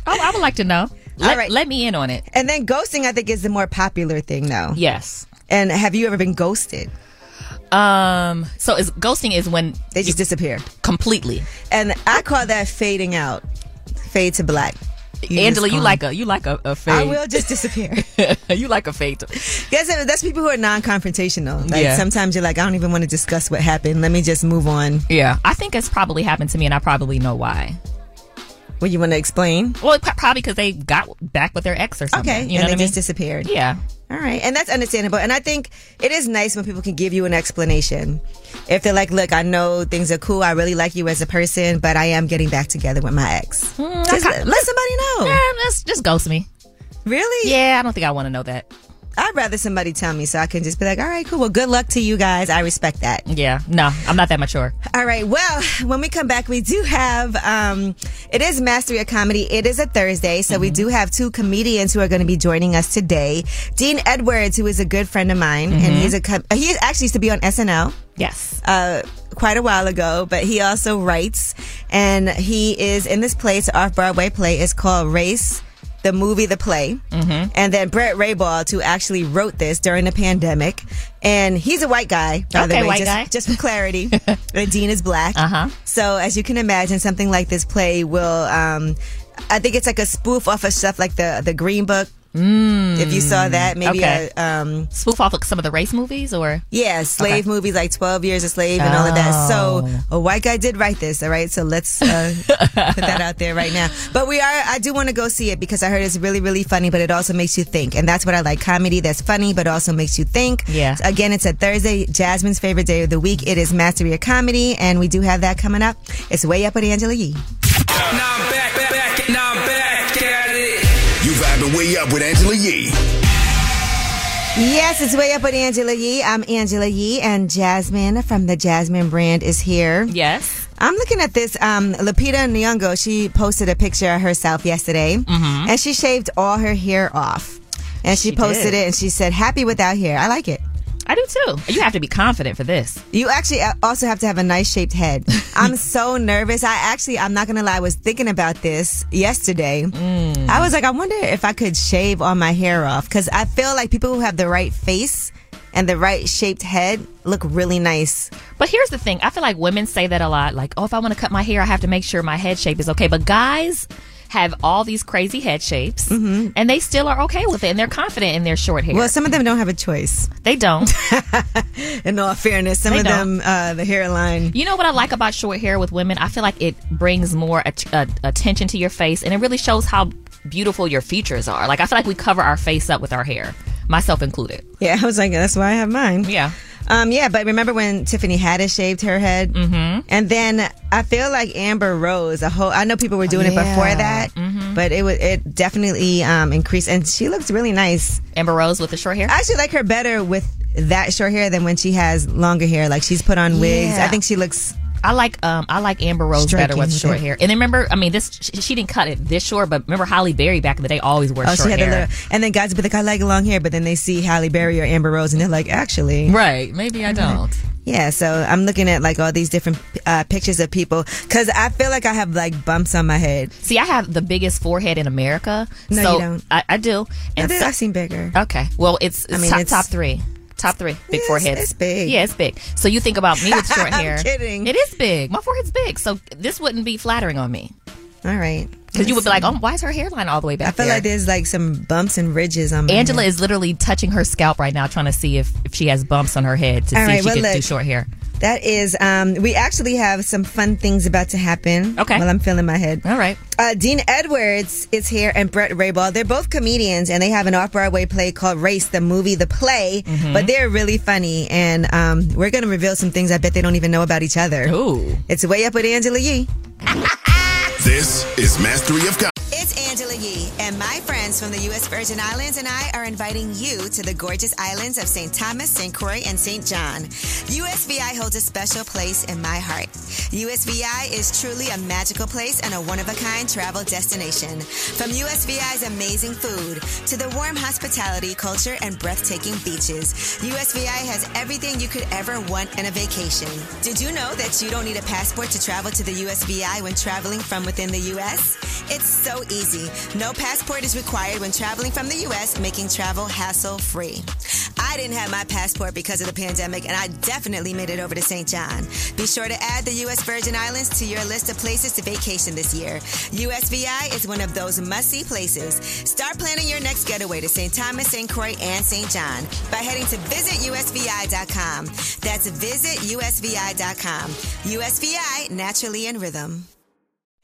[SPEAKER 4] I, I would like to know. Let,
[SPEAKER 1] All right.
[SPEAKER 4] let me in on it.
[SPEAKER 1] And then ghosting, I think, is the more popular thing, though.
[SPEAKER 4] Yes.
[SPEAKER 1] And have you ever been ghosted?
[SPEAKER 4] Um. So is ghosting is when
[SPEAKER 1] they just disappear
[SPEAKER 4] completely.
[SPEAKER 1] And I call that fading out, fade to black. You
[SPEAKER 4] Angela,
[SPEAKER 1] just
[SPEAKER 4] you
[SPEAKER 1] gone.
[SPEAKER 4] like a you like a, a fade.
[SPEAKER 1] I will just disappear.
[SPEAKER 4] you like a fade. to-
[SPEAKER 1] Yes, that- that's people who are non-confrontational. Like
[SPEAKER 4] Yeah.
[SPEAKER 1] sometimes you're like, I don't even want to discuss what happened. Let me just move on.
[SPEAKER 4] Yeah, I think it's probably happened to me, and I probably know why.
[SPEAKER 1] Well, you want to explain?
[SPEAKER 4] Well, it pro- probably because they got back with their ex or something.
[SPEAKER 1] Okay,
[SPEAKER 4] you
[SPEAKER 1] and
[SPEAKER 4] know what
[SPEAKER 1] they
[SPEAKER 4] I mean?
[SPEAKER 1] just disappeared.
[SPEAKER 4] Yeah.
[SPEAKER 1] All right, and that's understandable. And I think it is nice when people can give you an explanation. If they're like, "Look, I know things are cool. I really like you as a person, but I am getting back together with my ex." Just let, let somebody know.
[SPEAKER 4] Mm, Yeah, just, just ghost me.
[SPEAKER 1] Really?
[SPEAKER 4] Yeah, I don't think I want to know that.
[SPEAKER 1] I'd rather somebody tell me so I can just be like, "All right, cool. Well, good luck to you guys. I respect that."
[SPEAKER 4] Yeah, no, I'm not that mature.
[SPEAKER 1] All right. Well, when we come back, we do have um, it is Mastery of Comedy. It is a Thursday, so we do have two comedians who are going to be joining us today. Dean Edwards, who is a good friend of mine, and
[SPEAKER 4] Mhm.
[SPEAKER 1] he's a com- he actually used to be on SNL.
[SPEAKER 4] Yes.
[SPEAKER 1] Uh, quite a while ago, but he also writes, and he is in this play. It's off Broadway play. It's called Race. The movie, the play,
[SPEAKER 4] Mhm.
[SPEAKER 1] and then Brett Raybald, who actually wrote this during the pandemic, and he's a white guy, by the
[SPEAKER 4] Okay,
[SPEAKER 1] way,
[SPEAKER 4] white
[SPEAKER 1] just,
[SPEAKER 4] guy.
[SPEAKER 1] just for clarity. and Dean is black.
[SPEAKER 4] Uh huh.
[SPEAKER 1] So as you can imagine, something like this play will. Um, I think it's like a spoof off of stuff like the the Green Book.
[SPEAKER 4] Mm.
[SPEAKER 1] If you saw that, maybe
[SPEAKER 4] Okay.
[SPEAKER 1] a um,
[SPEAKER 4] spoof off of some of the race movies, or
[SPEAKER 1] yeah, slave movies like Twelve Years a Slave and all of that.
[SPEAKER 4] Oh.
[SPEAKER 1] So a white guy did write this. All right, so let's uh, put that out there right now. But we are. I do want to go see it because I heard it's really really funny, but it also makes you think, and that's what I like comedy that's funny but also makes you think.
[SPEAKER 4] Yeah.
[SPEAKER 1] Again, it's a Thursday, Jasmine's favorite day of the week. It is Mastery of Comedy, and we do have that coming up. It's way up with Angela Yee.
[SPEAKER 7] You vibing way up with Angela Yee.
[SPEAKER 1] Yes, it's way up with Angela Yee. I'm Angela Yee, and Jasmine from the Jasmine brand is here.
[SPEAKER 4] Yes.
[SPEAKER 1] I'm looking at this. Um, Lapita Nyong'o, she posted a picture of herself yesterday,
[SPEAKER 4] Mhm.
[SPEAKER 1] and she shaved all her hair off, and she,
[SPEAKER 4] She
[SPEAKER 1] posted
[SPEAKER 4] did.
[SPEAKER 1] it, and she said, "Happy without hair." I like it.
[SPEAKER 4] I do too. You have to be confident for this.
[SPEAKER 1] You actually uh, also have to have a nice shaped head. I'm so nervous. I actually, I'm not gonna lie, I was thinking about this yesterday.
[SPEAKER 4] Mm.
[SPEAKER 1] I was like, I wonder if I could shave all my hair off because I feel like people who have the right face and the right shaped head look really nice.
[SPEAKER 4] But here's the thing. I feel like women say that a lot. Like, oh, if I want to cut my hair, I have to make sure my head shape is okay. But guys have all these crazy head shapes, and they still are okay with it, and they're confident in their short hair.
[SPEAKER 1] Mm-hmm. Well, some of them don't have a choice.
[SPEAKER 4] They don't.
[SPEAKER 1] In all fairness, some
[SPEAKER 4] They
[SPEAKER 1] of
[SPEAKER 4] don't.
[SPEAKER 1] them, uh, the hairline.
[SPEAKER 4] You know what I like about short hair with women? I feel like it brings more at- uh, attention to your face, and it really shows how beautiful your features are. Like, I feel like we cover our face up with our hair, myself included.
[SPEAKER 1] Yeah, I was like, that's why I have mine.
[SPEAKER 4] Yeah.
[SPEAKER 1] Um, yeah, but remember when Tiffany Haddish shaved her head? Mm-hmm. And then I feel like Amber Rose, a whole, I know people were doing it before
[SPEAKER 4] yeah.
[SPEAKER 1] that,
[SPEAKER 4] Mm-hmm.
[SPEAKER 1] but it was, it definitely, um, increased. And she looks really nice.
[SPEAKER 4] Amber Rose with the short hair?
[SPEAKER 1] I actually like her better with that short hair than when she has longer hair. Like she's put on wigs.
[SPEAKER 4] Yeah.
[SPEAKER 1] I think she looks,
[SPEAKER 4] I like um I like Amber Rose better
[SPEAKER 1] Striking
[SPEAKER 4] with
[SPEAKER 1] with
[SPEAKER 4] short
[SPEAKER 1] it.
[SPEAKER 4] hair. And then remember, I mean, this she, she didn't cut it this short, but remember Holly Berry back in the day always wore
[SPEAKER 1] oh,
[SPEAKER 4] short
[SPEAKER 1] she had
[SPEAKER 4] hair.
[SPEAKER 1] a little, and then guys would be like, I like long hair, but then they see Halle Berry or Amber Rose and they're like, actually.
[SPEAKER 4] Right? Maybe I don't.
[SPEAKER 1] Yeah, so I'm looking at like all these different uh, pictures of people because I feel like I have like bumps on my head.
[SPEAKER 4] See, I have the biggest forehead in America.
[SPEAKER 1] No,
[SPEAKER 4] so
[SPEAKER 1] you don't.
[SPEAKER 4] I, I do. And
[SPEAKER 1] think
[SPEAKER 4] so-
[SPEAKER 1] I've seen bigger.
[SPEAKER 4] Okay. Well, it's, it's
[SPEAKER 1] I mean,
[SPEAKER 4] top,
[SPEAKER 1] it's-
[SPEAKER 4] top three. Top three big foreheads.
[SPEAKER 1] it's big.
[SPEAKER 4] Yeah, it's big. So you think about me with short
[SPEAKER 1] I'm
[SPEAKER 4] hair.
[SPEAKER 1] kidding.
[SPEAKER 4] It is big. My forehead's big. So this wouldn't be flattering on me
[SPEAKER 1] All right,
[SPEAKER 4] because you would be like, "Oh, why is her hairline all the way back?"
[SPEAKER 1] I feel
[SPEAKER 4] there?
[SPEAKER 1] like there's like some bumps and ridges on my
[SPEAKER 4] Angela
[SPEAKER 1] head.
[SPEAKER 4] is literally touching her scalp right now, trying to see if, if she has bumps on her head to
[SPEAKER 1] All
[SPEAKER 4] see
[SPEAKER 1] right,
[SPEAKER 4] if she
[SPEAKER 1] well,
[SPEAKER 4] can do
[SPEAKER 1] look.
[SPEAKER 4] short hair.
[SPEAKER 1] That is, um, we actually have some fun things about to happen.
[SPEAKER 4] Okay.
[SPEAKER 1] While I'm feeling my head.
[SPEAKER 4] All right.
[SPEAKER 1] Uh, Dean Edwards is here and Brett Rayball. They're both comedians and they have an off Broadway play called Race, the movie, the play.
[SPEAKER 4] Mhm.
[SPEAKER 1] But they're really funny and um, we're going to reveal some things I bet they don't even know about each other.
[SPEAKER 4] Ooh.
[SPEAKER 1] It's way up with Angela Yee.
[SPEAKER 7] This is Mastery of God.
[SPEAKER 1] It's Angela Yee, and my friends from the U.S. Virgin Islands and I are inviting you to the gorgeous islands of St. Thomas, St. Croix, and St. John. USVI holds a special place in my heart. USVI is truly a magical place and a one of a kind travel destination. From USVI's amazing food to the warm hospitality, culture, and breathtaking beaches, USVI has everything you could ever want in a vacation. Did you know that you don't need a passport to travel to the USVI when traveling from within the U.S.? It's so easy. No passport is required when traveling from the U.S., making travel hassle free. I didn't have my passport because of the pandemic, and I definitely made it over to St. John. Be sure to add the U.S. Virgin Islands to your list of places to vacation this year. USVI is one of those must see places. Start planning your next getaway to St. Thomas, St. Croix, and St. John by heading to visitusvi.com. That's visitusvi.com. USVI, naturally in rhythm.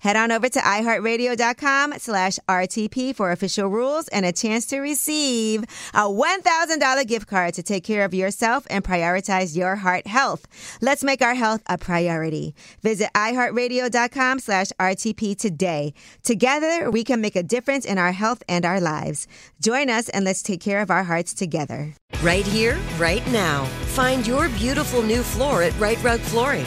[SPEAKER 1] Head on over to iHeartRadio.com slash RTP for official rules and a chance to receive a $1,000 gift card to take care of yourself and prioritize your heart health. Let's make our health a priority. Visit iHeartRadio.com slash RTP today. Together, we can make a difference in our health and our lives. Join us and let's take care of our hearts together.
[SPEAKER 2] Right here, right now. Find your beautiful new floor at Right Rug Flooring.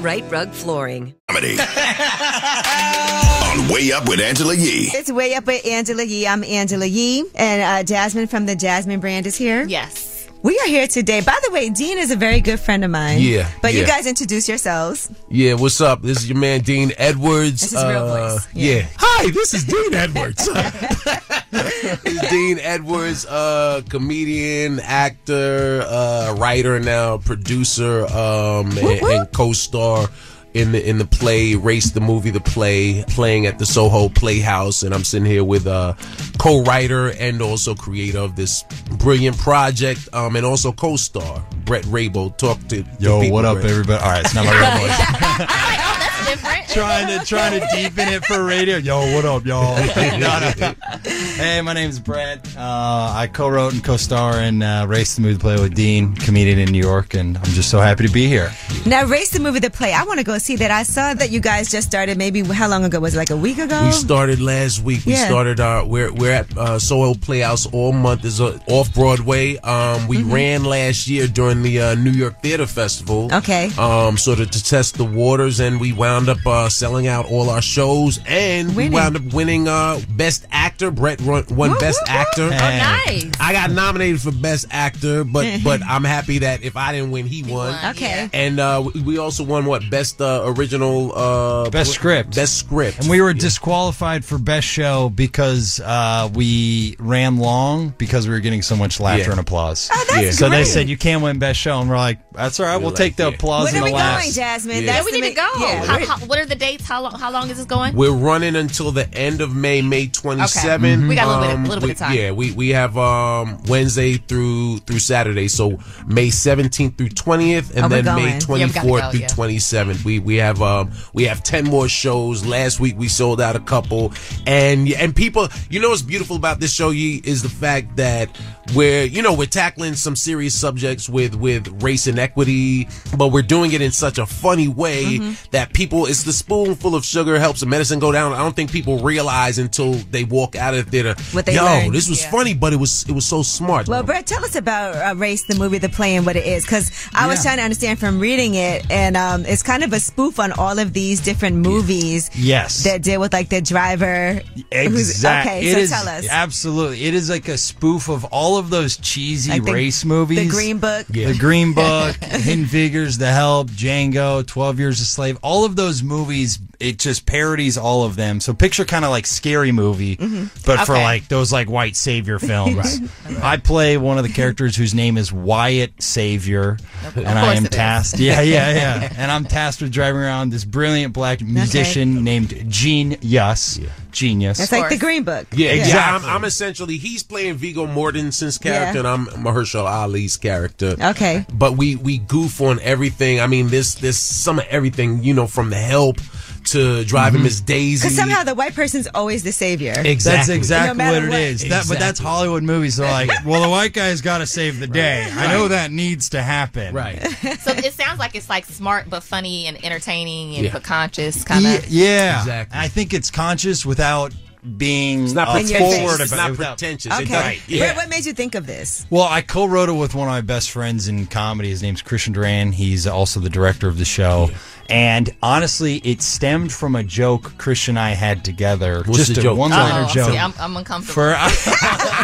[SPEAKER 2] Right Rug Flooring.
[SPEAKER 7] Comedy. on Way Up with Angela Yee.
[SPEAKER 1] It's Way Up with Angela Yee. I'm Angela Yee, and uh, Jasmine from the Jasmine brand is here.
[SPEAKER 4] Yes.
[SPEAKER 1] We are here today. By the way, Dean is a very good friend of mine.
[SPEAKER 6] Yeah.
[SPEAKER 1] But
[SPEAKER 6] yeah.
[SPEAKER 1] you guys introduce yourselves.
[SPEAKER 6] Yeah, what's up? This is your man Dean
[SPEAKER 1] This
[SPEAKER 6] Edwards. Uh,
[SPEAKER 1] is real voice.
[SPEAKER 6] Yeah. Hi, this is Dean Edwards. It's Dean Edwards, uh, comedian, actor, uh, writer now, producer, um, and, and co-star in the in the play Race the movie, the play playing at the Soho Playhouse, and I'm sitting here with uh, co-writer and also creator of this brilliant project, um, and also co-star Brett Rabel. Talk to to
[SPEAKER 8] Yo,
[SPEAKER 6] people,
[SPEAKER 8] what up,
[SPEAKER 6] Brett.
[SPEAKER 8] everybody? All right, it's not my real voice.
[SPEAKER 4] Different.
[SPEAKER 8] trying to trying to deepen it for radio. Yo, what up, y'all? No, no. Hey, my name's Brett. Uh, I co-wrote and co-star in uh, Race the Movie Play with Dean, comedian in New York, and I'm just so happy to be here.
[SPEAKER 1] Now, Race the Movie, the play. I want to go see that. I saw that you guys just started maybe, how long ago? Was it like a week ago?
[SPEAKER 6] We started last week. We
[SPEAKER 1] Yeah.
[SPEAKER 6] started our we're we're at uh, Soho Playhouse all month. Is off Broadway. Um, we ran last year during the uh, New York Theater Festival.
[SPEAKER 1] Okay.
[SPEAKER 6] Um, so to, to test the waters, and we wound up uh, selling out all our shows, and we wound up winning uh, Best Actor. Brett won, won Best Actor.
[SPEAKER 4] Oh, nice.
[SPEAKER 6] I got nominated for Best Actor, but but I'm happy that if I didn't win, he won.
[SPEAKER 1] Okay.
[SPEAKER 6] And uh, we- we also won what best uh, original uh,
[SPEAKER 8] Best script.
[SPEAKER 6] best script.
[SPEAKER 8] And we were disqualified for best show because uh, we ran long because we were getting so much laughter
[SPEAKER 6] Yeah.
[SPEAKER 8] and applause.
[SPEAKER 1] Oh, that's Yeah.
[SPEAKER 8] So they
[SPEAKER 1] great.
[SPEAKER 8] said you can't win best show, and we're like, that's all right. we'll take the applause
[SPEAKER 1] When
[SPEAKER 8] and
[SPEAKER 1] are we
[SPEAKER 8] the laughs.
[SPEAKER 1] going, Jasmine?
[SPEAKER 6] Yeah.
[SPEAKER 4] Yeah,
[SPEAKER 1] That's
[SPEAKER 4] we
[SPEAKER 1] the
[SPEAKER 4] need to
[SPEAKER 1] ma-
[SPEAKER 4] go.
[SPEAKER 1] Yeah.
[SPEAKER 4] How, how, what are the dates? How long? How long is this going?
[SPEAKER 6] We're running until the end of May, May 27th.
[SPEAKER 4] Okay. Mhm. We got a little bit- little bit
[SPEAKER 6] we-
[SPEAKER 4] of time.
[SPEAKER 6] Yeah, we, we have um, Wednesday through through Saturday, so May 17th through 20th, and
[SPEAKER 4] Oh, we're
[SPEAKER 6] then May
[SPEAKER 4] going. Yeah, we
[SPEAKER 6] 24th
[SPEAKER 4] gotta go,
[SPEAKER 6] through
[SPEAKER 4] yeah.
[SPEAKER 6] 27th. We we have um, we have 10 more shows. Last week we sold out a couple, and and people, you know what's beautiful about this show, Yee, is the fact that we're you know we're tackling some serious subjects with with race and equity, but we're doing it in such a funny way
[SPEAKER 9] Mhm.
[SPEAKER 1] Mm-hmm.
[SPEAKER 6] that people it's the spoonful of sugar helps the medicine go down. I don't think people realize until they walk out of the theater.
[SPEAKER 1] What they
[SPEAKER 6] Yo,
[SPEAKER 1] learned,
[SPEAKER 6] this was
[SPEAKER 1] yeah.
[SPEAKER 6] funny, but it was it was so smart.
[SPEAKER 1] Well, Brett, tell us about uh, Race, the movie, the play, and what it is, because I was
[SPEAKER 6] Yeah.
[SPEAKER 1] trying to understand from reading it, and um, it's kind of a spoof on all of these different movies.
[SPEAKER 8] Yes.
[SPEAKER 1] that deal with like the driver. who's-
[SPEAKER 8] Exactly.
[SPEAKER 1] Okay, so tell us.
[SPEAKER 8] Absolutely. It is like a spoof of all of those cheesy
[SPEAKER 1] Like the-
[SPEAKER 8] race movies.
[SPEAKER 1] the Green Book. Yeah.
[SPEAKER 8] The Green Book, Hidden Figures, The Help, Django, 12 Years a Slave. All of those movies, it just parodies all of them. So picture kind of like Scary Movie,
[SPEAKER 1] Mm-hmm.
[SPEAKER 5] Mhm.
[SPEAKER 8] but for
[SPEAKER 5] Okay.
[SPEAKER 8] like those like white savior films. I play one of the characters whose name is Wyatt Savior, and I
[SPEAKER 5] course
[SPEAKER 8] am
[SPEAKER 5] it is.
[SPEAKER 8] tasked. Yeah, yeah, yeah. and I'm tasked with driving around this brilliant black musician named Gene Yus. Genius.
[SPEAKER 1] That's like the Green Book.
[SPEAKER 6] Yeah,
[SPEAKER 8] exactly.
[SPEAKER 6] I'm, I'm essentially he's playing Vigo Mortensen's
[SPEAKER 1] Yeah.
[SPEAKER 6] character, and I'm Mahershala Ali's character.
[SPEAKER 1] Okay.
[SPEAKER 6] but we we goof on everything. I mean, this this some of everything, you know, from the help to driving Miss Daisy.
[SPEAKER 1] Because Mm-hmm. somehow the white person's always the savior.
[SPEAKER 8] That's
[SPEAKER 1] No
[SPEAKER 8] exactly
[SPEAKER 1] matter
[SPEAKER 8] what it is. That, but that's Hollywood movies. They're like, well, the white guy's got to save the day. I know that needs to happen. Right.
[SPEAKER 4] so it sounds like it's like smart but funny and entertaining and
[SPEAKER 8] Yeah.
[SPEAKER 4] but conscious kind
[SPEAKER 8] Yeah,
[SPEAKER 4] of.
[SPEAKER 8] yeah.
[SPEAKER 6] Exactly.
[SPEAKER 8] I think it's conscious without being it's
[SPEAKER 6] not pretentious.
[SPEAKER 8] forward about
[SPEAKER 6] It's not
[SPEAKER 8] without-
[SPEAKER 6] pretentious.
[SPEAKER 1] Okay.
[SPEAKER 8] Right, yeah.
[SPEAKER 1] Brett, what made you think of this?
[SPEAKER 8] Well, I co-wrote it with one of my best friends in comedy. His name's Christian Duran. He's also the director of the show. And honestly, it stemmed from a joke Christian and I had together.
[SPEAKER 6] What's
[SPEAKER 8] just
[SPEAKER 6] the
[SPEAKER 8] a
[SPEAKER 6] joke?
[SPEAKER 8] one-liner
[SPEAKER 4] Oh,
[SPEAKER 8] joke.
[SPEAKER 4] see, I'm- I'm uncomfortable.
[SPEAKER 8] For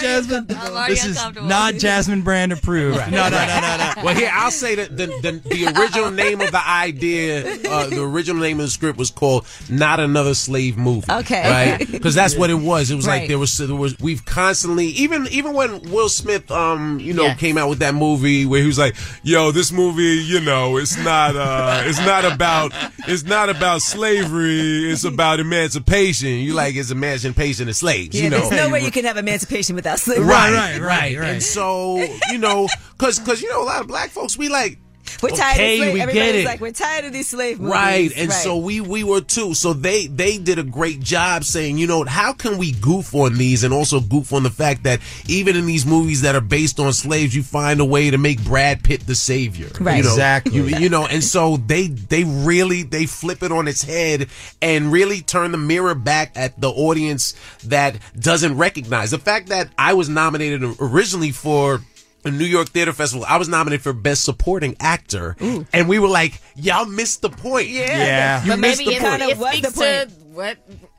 [SPEAKER 4] Jasmine, I'm already
[SPEAKER 8] this is
[SPEAKER 4] uncomfortable.
[SPEAKER 8] not Jasmine Brand approved. No, no, no, no, no.
[SPEAKER 6] Well, here I'll say that the, the, the original name of the idea, uh, the original name of the script was called "Not Another Slave Movie."
[SPEAKER 5] Okay.
[SPEAKER 6] right? Because that's what it was. It was
[SPEAKER 5] Right.
[SPEAKER 6] like there was there was we've constantly even even when Will Smith, um, you know,
[SPEAKER 5] Yes.
[SPEAKER 6] came out with that movie where he was like, "Yo, this movie, you know, it's not uh, it's not about it's not about slavery. It's about emancipation." You like it's emancipation of slaves,
[SPEAKER 1] Yeah,
[SPEAKER 6] you know?
[SPEAKER 1] there's no way you can have emancipation without slavery.
[SPEAKER 6] Right, right, right, right. And so you know, because because you know a lot of black folks we like.
[SPEAKER 1] We're tired
[SPEAKER 6] okay,
[SPEAKER 1] of slave.
[SPEAKER 6] we
[SPEAKER 1] Everybody's
[SPEAKER 6] get it.
[SPEAKER 1] like, we're tired of these slave movies.
[SPEAKER 6] Right, and so we we were too. So they they did a great job saying, you know, how can we goof on these and also goof on the fact that even in these movies that are based on slaves, you find a way to make Brad Pitt the savior.
[SPEAKER 5] Right.
[SPEAKER 6] you know?
[SPEAKER 5] Exactly.
[SPEAKER 6] You, you know, and so they they really they flip it on its head and really turn the mirror back at the audience that doesn't recognize the fact that I was nominated originally for. the New York Theater Festival. I was nominated for Best Supporting Actor, and we were like, "Y'all missed the point."
[SPEAKER 8] Yeah. Yeah.
[SPEAKER 6] you
[SPEAKER 8] But
[SPEAKER 6] missed
[SPEAKER 4] Maybe
[SPEAKER 6] the
[SPEAKER 4] it,
[SPEAKER 6] point.
[SPEAKER 4] it speaks to what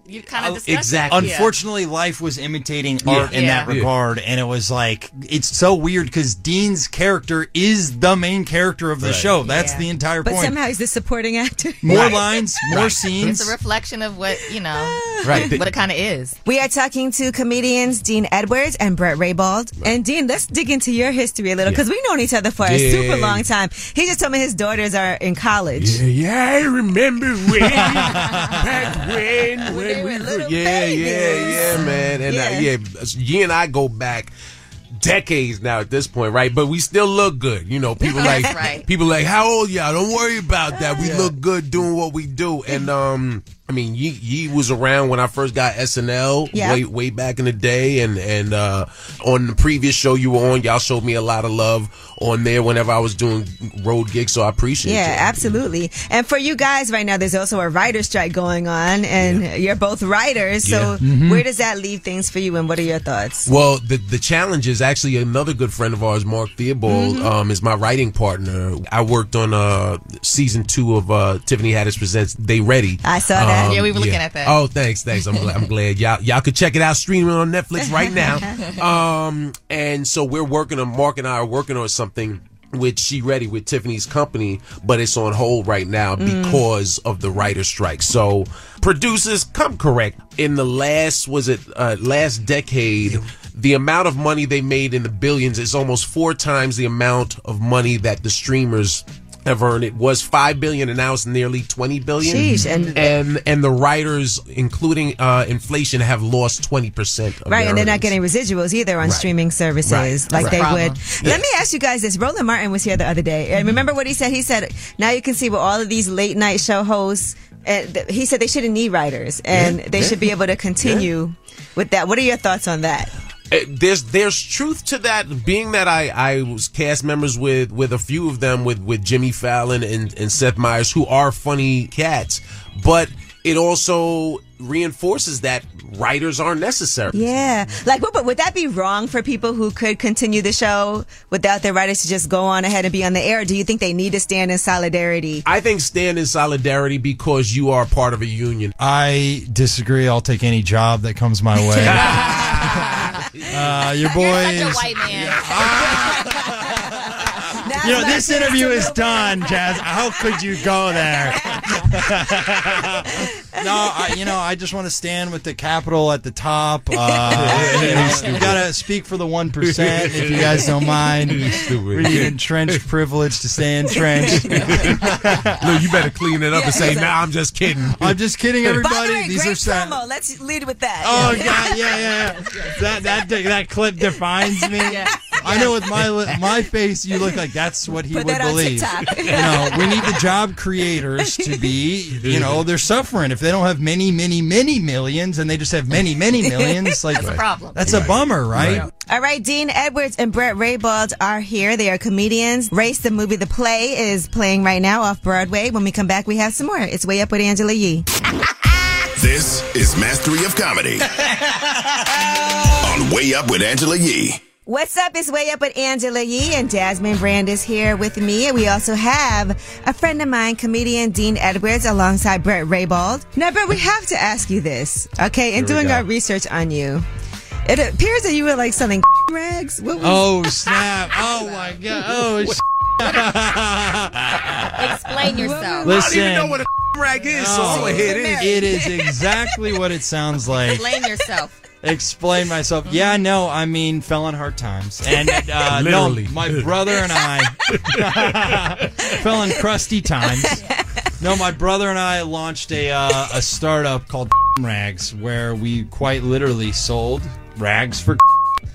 [SPEAKER 4] you kind
[SPEAKER 8] Oh,
[SPEAKER 4] of discussed.
[SPEAKER 8] Unfortunately, life was imitating
[SPEAKER 6] Yeah.
[SPEAKER 8] art in
[SPEAKER 4] Yeah.
[SPEAKER 8] that
[SPEAKER 4] Yeah.
[SPEAKER 8] regard, and it was like it's so weird because Dean's character is the main character of the
[SPEAKER 5] Right.
[SPEAKER 8] show. That's
[SPEAKER 4] Yeah.
[SPEAKER 8] the entire
[SPEAKER 1] But
[SPEAKER 8] point.
[SPEAKER 1] somehow he's the supporting actor.
[SPEAKER 8] More lines, more scenes.
[SPEAKER 4] It's a reflection of what you know,
[SPEAKER 8] Right.
[SPEAKER 4] What it kind of is.
[SPEAKER 1] We are talking to comedians Dean Edwards and Brett Raybald. And Dean, let's dig into your history a little because we've known each other for a
[SPEAKER 5] Yeah.
[SPEAKER 1] super long time. He just told me his daughters are in college.
[SPEAKER 5] Yeah, yeah, I remember when
[SPEAKER 6] back
[SPEAKER 5] when when,
[SPEAKER 1] we were
[SPEAKER 6] yeah, yeah, yeah, man. And yeah. Uh, yeah, you and I go back decades now at this point, right? But we still look good. You know, people
[SPEAKER 5] That's
[SPEAKER 6] like
[SPEAKER 5] right.
[SPEAKER 6] people like, how old y'all? Don't worry about that. We look good doing what we do. And um, I mean, Yee, Yee was around when I first got SNL
[SPEAKER 5] Yeah.
[SPEAKER 6] way way back in the day, and and uh, on the previous show you were on, y'all showed me a lot of love on there whenever I was doing road gigs. So I appreciate
[SPEAKER 1] Yeah,
[SPEAKER 6] it.
[SPEAKER 1] absolutely. And for you guys right now, there's also a writer strike going on, and you're both writers. So
[SPEAKER 6] Yeah. Mhm.
[SPEAKER 1] where does that leave things for you, and what are your thoughts?
[SPEAKER 6] Well, the the challenge is actually another good friend of ours, Mark Theobald,
[SPEAKER 1] Mhm.
[SPEAKER 6] um, is my writing partner. I worked on uh, season two of uh, Tiffany Haddish presents They Ready. Um,
[SPEAKER 1] I saw that. Yeah, we were looking at that.
[SPEAKER 6] Oh, thanks, thanks. I'm glad. I'm glad y'all y'all could check it out streaming on Netflix right now. um, and so we're working on Mark and I are working on something. With She Ready with Tiffany's company, but it's on hold right now
[SPEAKER 5] Mm.
[SPEAKER 6] because of the writer strike. So producers, come correct. In the last was it uh, last decade, the amount of money they made in the billions is almost four times the amount of money that the streamers have earned. It was five billion, and now it's nearly twenty billion.
[SPEAKER 1] Jeez, and-
[SPEAKER 6] and and the writers, including uh, inflation, have lost twenty percent.
[SPEAKER 1] Right, and they're not getting residuals either on streaming services
[SPEAKER 6] Right.
[SPEAKER 1] like
[SPEAKER 6] Right.
[SPEAKER 1] they
[SPEAKER 6] Problem.
[SPEAKER 1] would.
[SPEAKER 6] Yeah. Mm-hmm.
[SPEAKER 1] Let me ask you guys this. Roland Martin was here the other day, and remember what he said? He said, now you can see with all of these late night show hosts, and th- he said they shouldn't need writers, and
[SPEAKER 6] Yeah.
[SPEAKER 1] they
[SPEAKER 6] Yeah.
[SPEAKER 1] should be able to continue with that. What are your thoughts on that?
[SPEAKER 6] Uh, there's there's truth to that being that I I was cast members with with a few of them with with Jimmy Fallon and and Seth Meyers who are funny cats but it also reinforces that writers are necessary.
[SPEAKER 1] Yeah. Like, what, but would that be wrong for people who could continue the show without their writers to just go on ahead and be on the air? Do you think they need to stand in solidarity?
[SPEAKER 6] I think stand in solidarity because you are part of a union.
[SPEAKER 8] I disagree. I'll take any job that comes my way. uh, your boys.
[SPEAKER 4] You're such a white man.
[SPEAKER 8] You know, this interview is done, Jazz. How could you go there? no, I, you know, I just want to stand with the capital at the top. Uh, you know, you gotta speak for the one percent, if you guys don't mind. We need entrenched privilege to stay entrenched.
[SPEAKER 6] Lou, you better clean it up and say, "Nah, I'm just kidding."
[SPEAKER 8] I'm just kidding, everybody.
[SPEAKER 1] By the way,
[SPEAKER 8] These
[SPEAKER 1] great
[SPEAKER 8] are sad.
[SPEAKER 1] promo. Let's lead with that.
[SPEAKER 8] Oh God, yeah, yeah, yeah. That that that clip defines me. I know with my li- my face, you look like that's what he
[SPEAKER 1] Put
[SPEAKER 8] would
[SPEAKER 1] that on
[SPEAKER 8] believe.
[SPEAKER 1] TikTok.
[SPEAKER 8] You know, we need the job creators to be. You know, they're suffering if they don't have many, many, many millions, and they just have many, many millions. Like
[SPEAKER 1] That's a problem.
[SPEAKER 8] That's a bummer, right?
[SPEAKER 1] All right, Dean Edwards and Brett Raybald are here. They are comedians. Race the movie The Play is playing right now off Broadway. When we come back, we have some more. It's way up with Angela Yee.
[SPEAKER 7] This is Mastery of Comedy on Way Up with Angela Yee.
[SPEAKER 1] What's up? It's way up with Angela Yee and Jasmine Brand is here with me. And we also have a friend of mine, comedian Dean Edwards, alongside Brett Raybald. Now, Brett, we have to ask you this, okay? In
[SPEAKER 8] Here we
[SPEAKER 1] doing
[SPEAKER 8] go.
[SPEAKER 1] our research on you, it appears that you were like selling rags. What was-
[SPEAKER 8] Oh snap! Oh my God! Oh. sh-
[SPEAKER 4] Explain yourself.
[SPEAKER 8] Listen,
[SPEAKER 6] what a rag is,
[SPEAKER 4] so I'm gonna hit it.
[SPEAKER 8] Oh, it is exactly what it sounds like.
[SPEAKER 4] Explain yourself.
[SPEAKER 8] explain myself. Yeah, no, I mean, fell on hard times. And uh, no,
[SPEAKER 6] Literally.
[SPEAKER 8] my brother and I fell in crusty times. No, my brother and I launched a uh, a startup called Rags, where we quite literally sold rags for.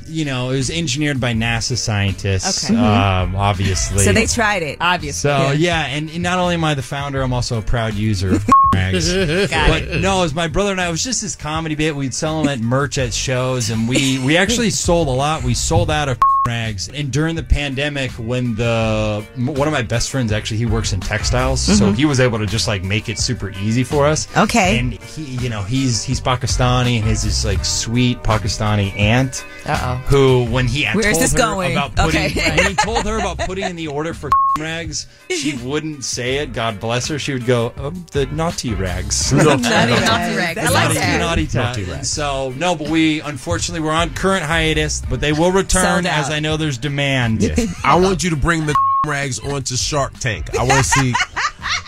[SPEAKER 8] You know, it was engineered by NASA scientists,
[SPEAKER 1] Okay. Mhm.
[SPEAKER 8] um, obviously.
[SPEAKER 1] So they tried it.
[SPEAKER 4] Obviously.
[SPEAKER 8] So yeah, and, and not only am I the founder, I'm also a proud user of rags.
[SPEAKER 4] Got
[SPEAKER 8] but
[SPEAKER 4] it.
[SPEAKER 8] no, it was my brother and I. It was just this comedy bit. We'd sell them at merch at shows, and we we actually sold a lot. We sold out of rags. And during the pandemic, when the one of my best friends actually he works in textiles, so
[SPEAKER 4] Mm-hmm.
[SPEAKER 9] Mhm.
[SPEAKER 8] he was able to just like make it super easy for us.
[SPEAKER 1] Okay.
[SPEAKER 8] And he, you know, he's he's Pakistani, and his this like sweet Pakistani aunt.
[SPEAKER 4] Uh
[SPEAKER 8] oh. Who when he had
[SPEAKER 4] Where is
[SPEAKER 8] told
[SPEAKER 4] this
[SPEAKER 8] her
[SPEAKER 4] going?
[SPEAKER 8] about putting
[SPEAKER 4] Okay.
[SPEAKER 8] when he told her about putting in the order for rags, she wouldn't say it. God bless her. She would go um, the naughty rags.
[SPEAKER 4] Naughty rags. Naughty rags. I like
[SPEAKER 8] Naughty-
[SPEAKER 4] that.
[SPEAKER 8] naughty
[SPEAKER 4] Naughty
[SPEAKER 8] ta-
[SPEAKER 4] rags.
[SPEAKER 8] So no, but we unfortunately we're on current hiatus, but they will return
[SPEAKER 6] Sold out.
[SPEAKER 8] as I know there's demand.
[SPEAKER 6] I want you to bring the rags onto Shark Tank. I want to see.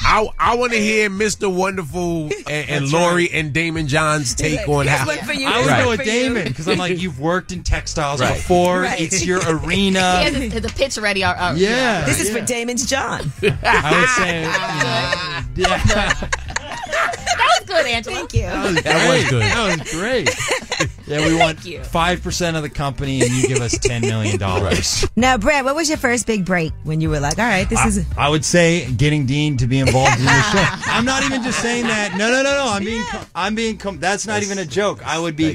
[SPEAKER 6] I, I want to hear Mr. Wonderful and, and
[SPEAKER 8] That's
[SPEAKER 6] Lori and Damon John's take on how.
[SPEAKER 8] I was
[SPEAKER 6] Right.
[SPEAKER 8] going with Damon because I'm like, you've worked in textiles
[SPEAKER 6] Right.
[SPEAKER 8] before.
[SPEAKER 4] Right.
[SPEAKER 8] It's your arena.
[SPEAKER 4] he has his- the pitch ready. uh, Or, or-
[SPEAKER 8] Yeah,
[SPEAKER 1] This is
[SPEAKER 8] yeah.
[SPEAKER 1] for Damon's John.
[SPEAKER 8] I would say, you know, yeah,
[SPEAKER 4] That was good, Angela. Thank
[SPEAKER 1] you.
[SPEAKER 8] that was great.
[SPEAKER 6] That was good.
[SPEAKER 8] That was great. Yeah, we
[SPEAKER 4] you.
[SPEAKER 8] want five percent of the company, and you give us ten million dollars.
[SPEAKER 1] Now, Brad, what was your first big break when you were like, all right, this
[SPEAKER 8] I,
[SPEAKER 1] is.
[SPEAKER 8] I would say getting Dean to be involved in the show. I'm not even just saying that. No, no, no, no. I'm being, I'm being. Com- that's not even a joke. I would be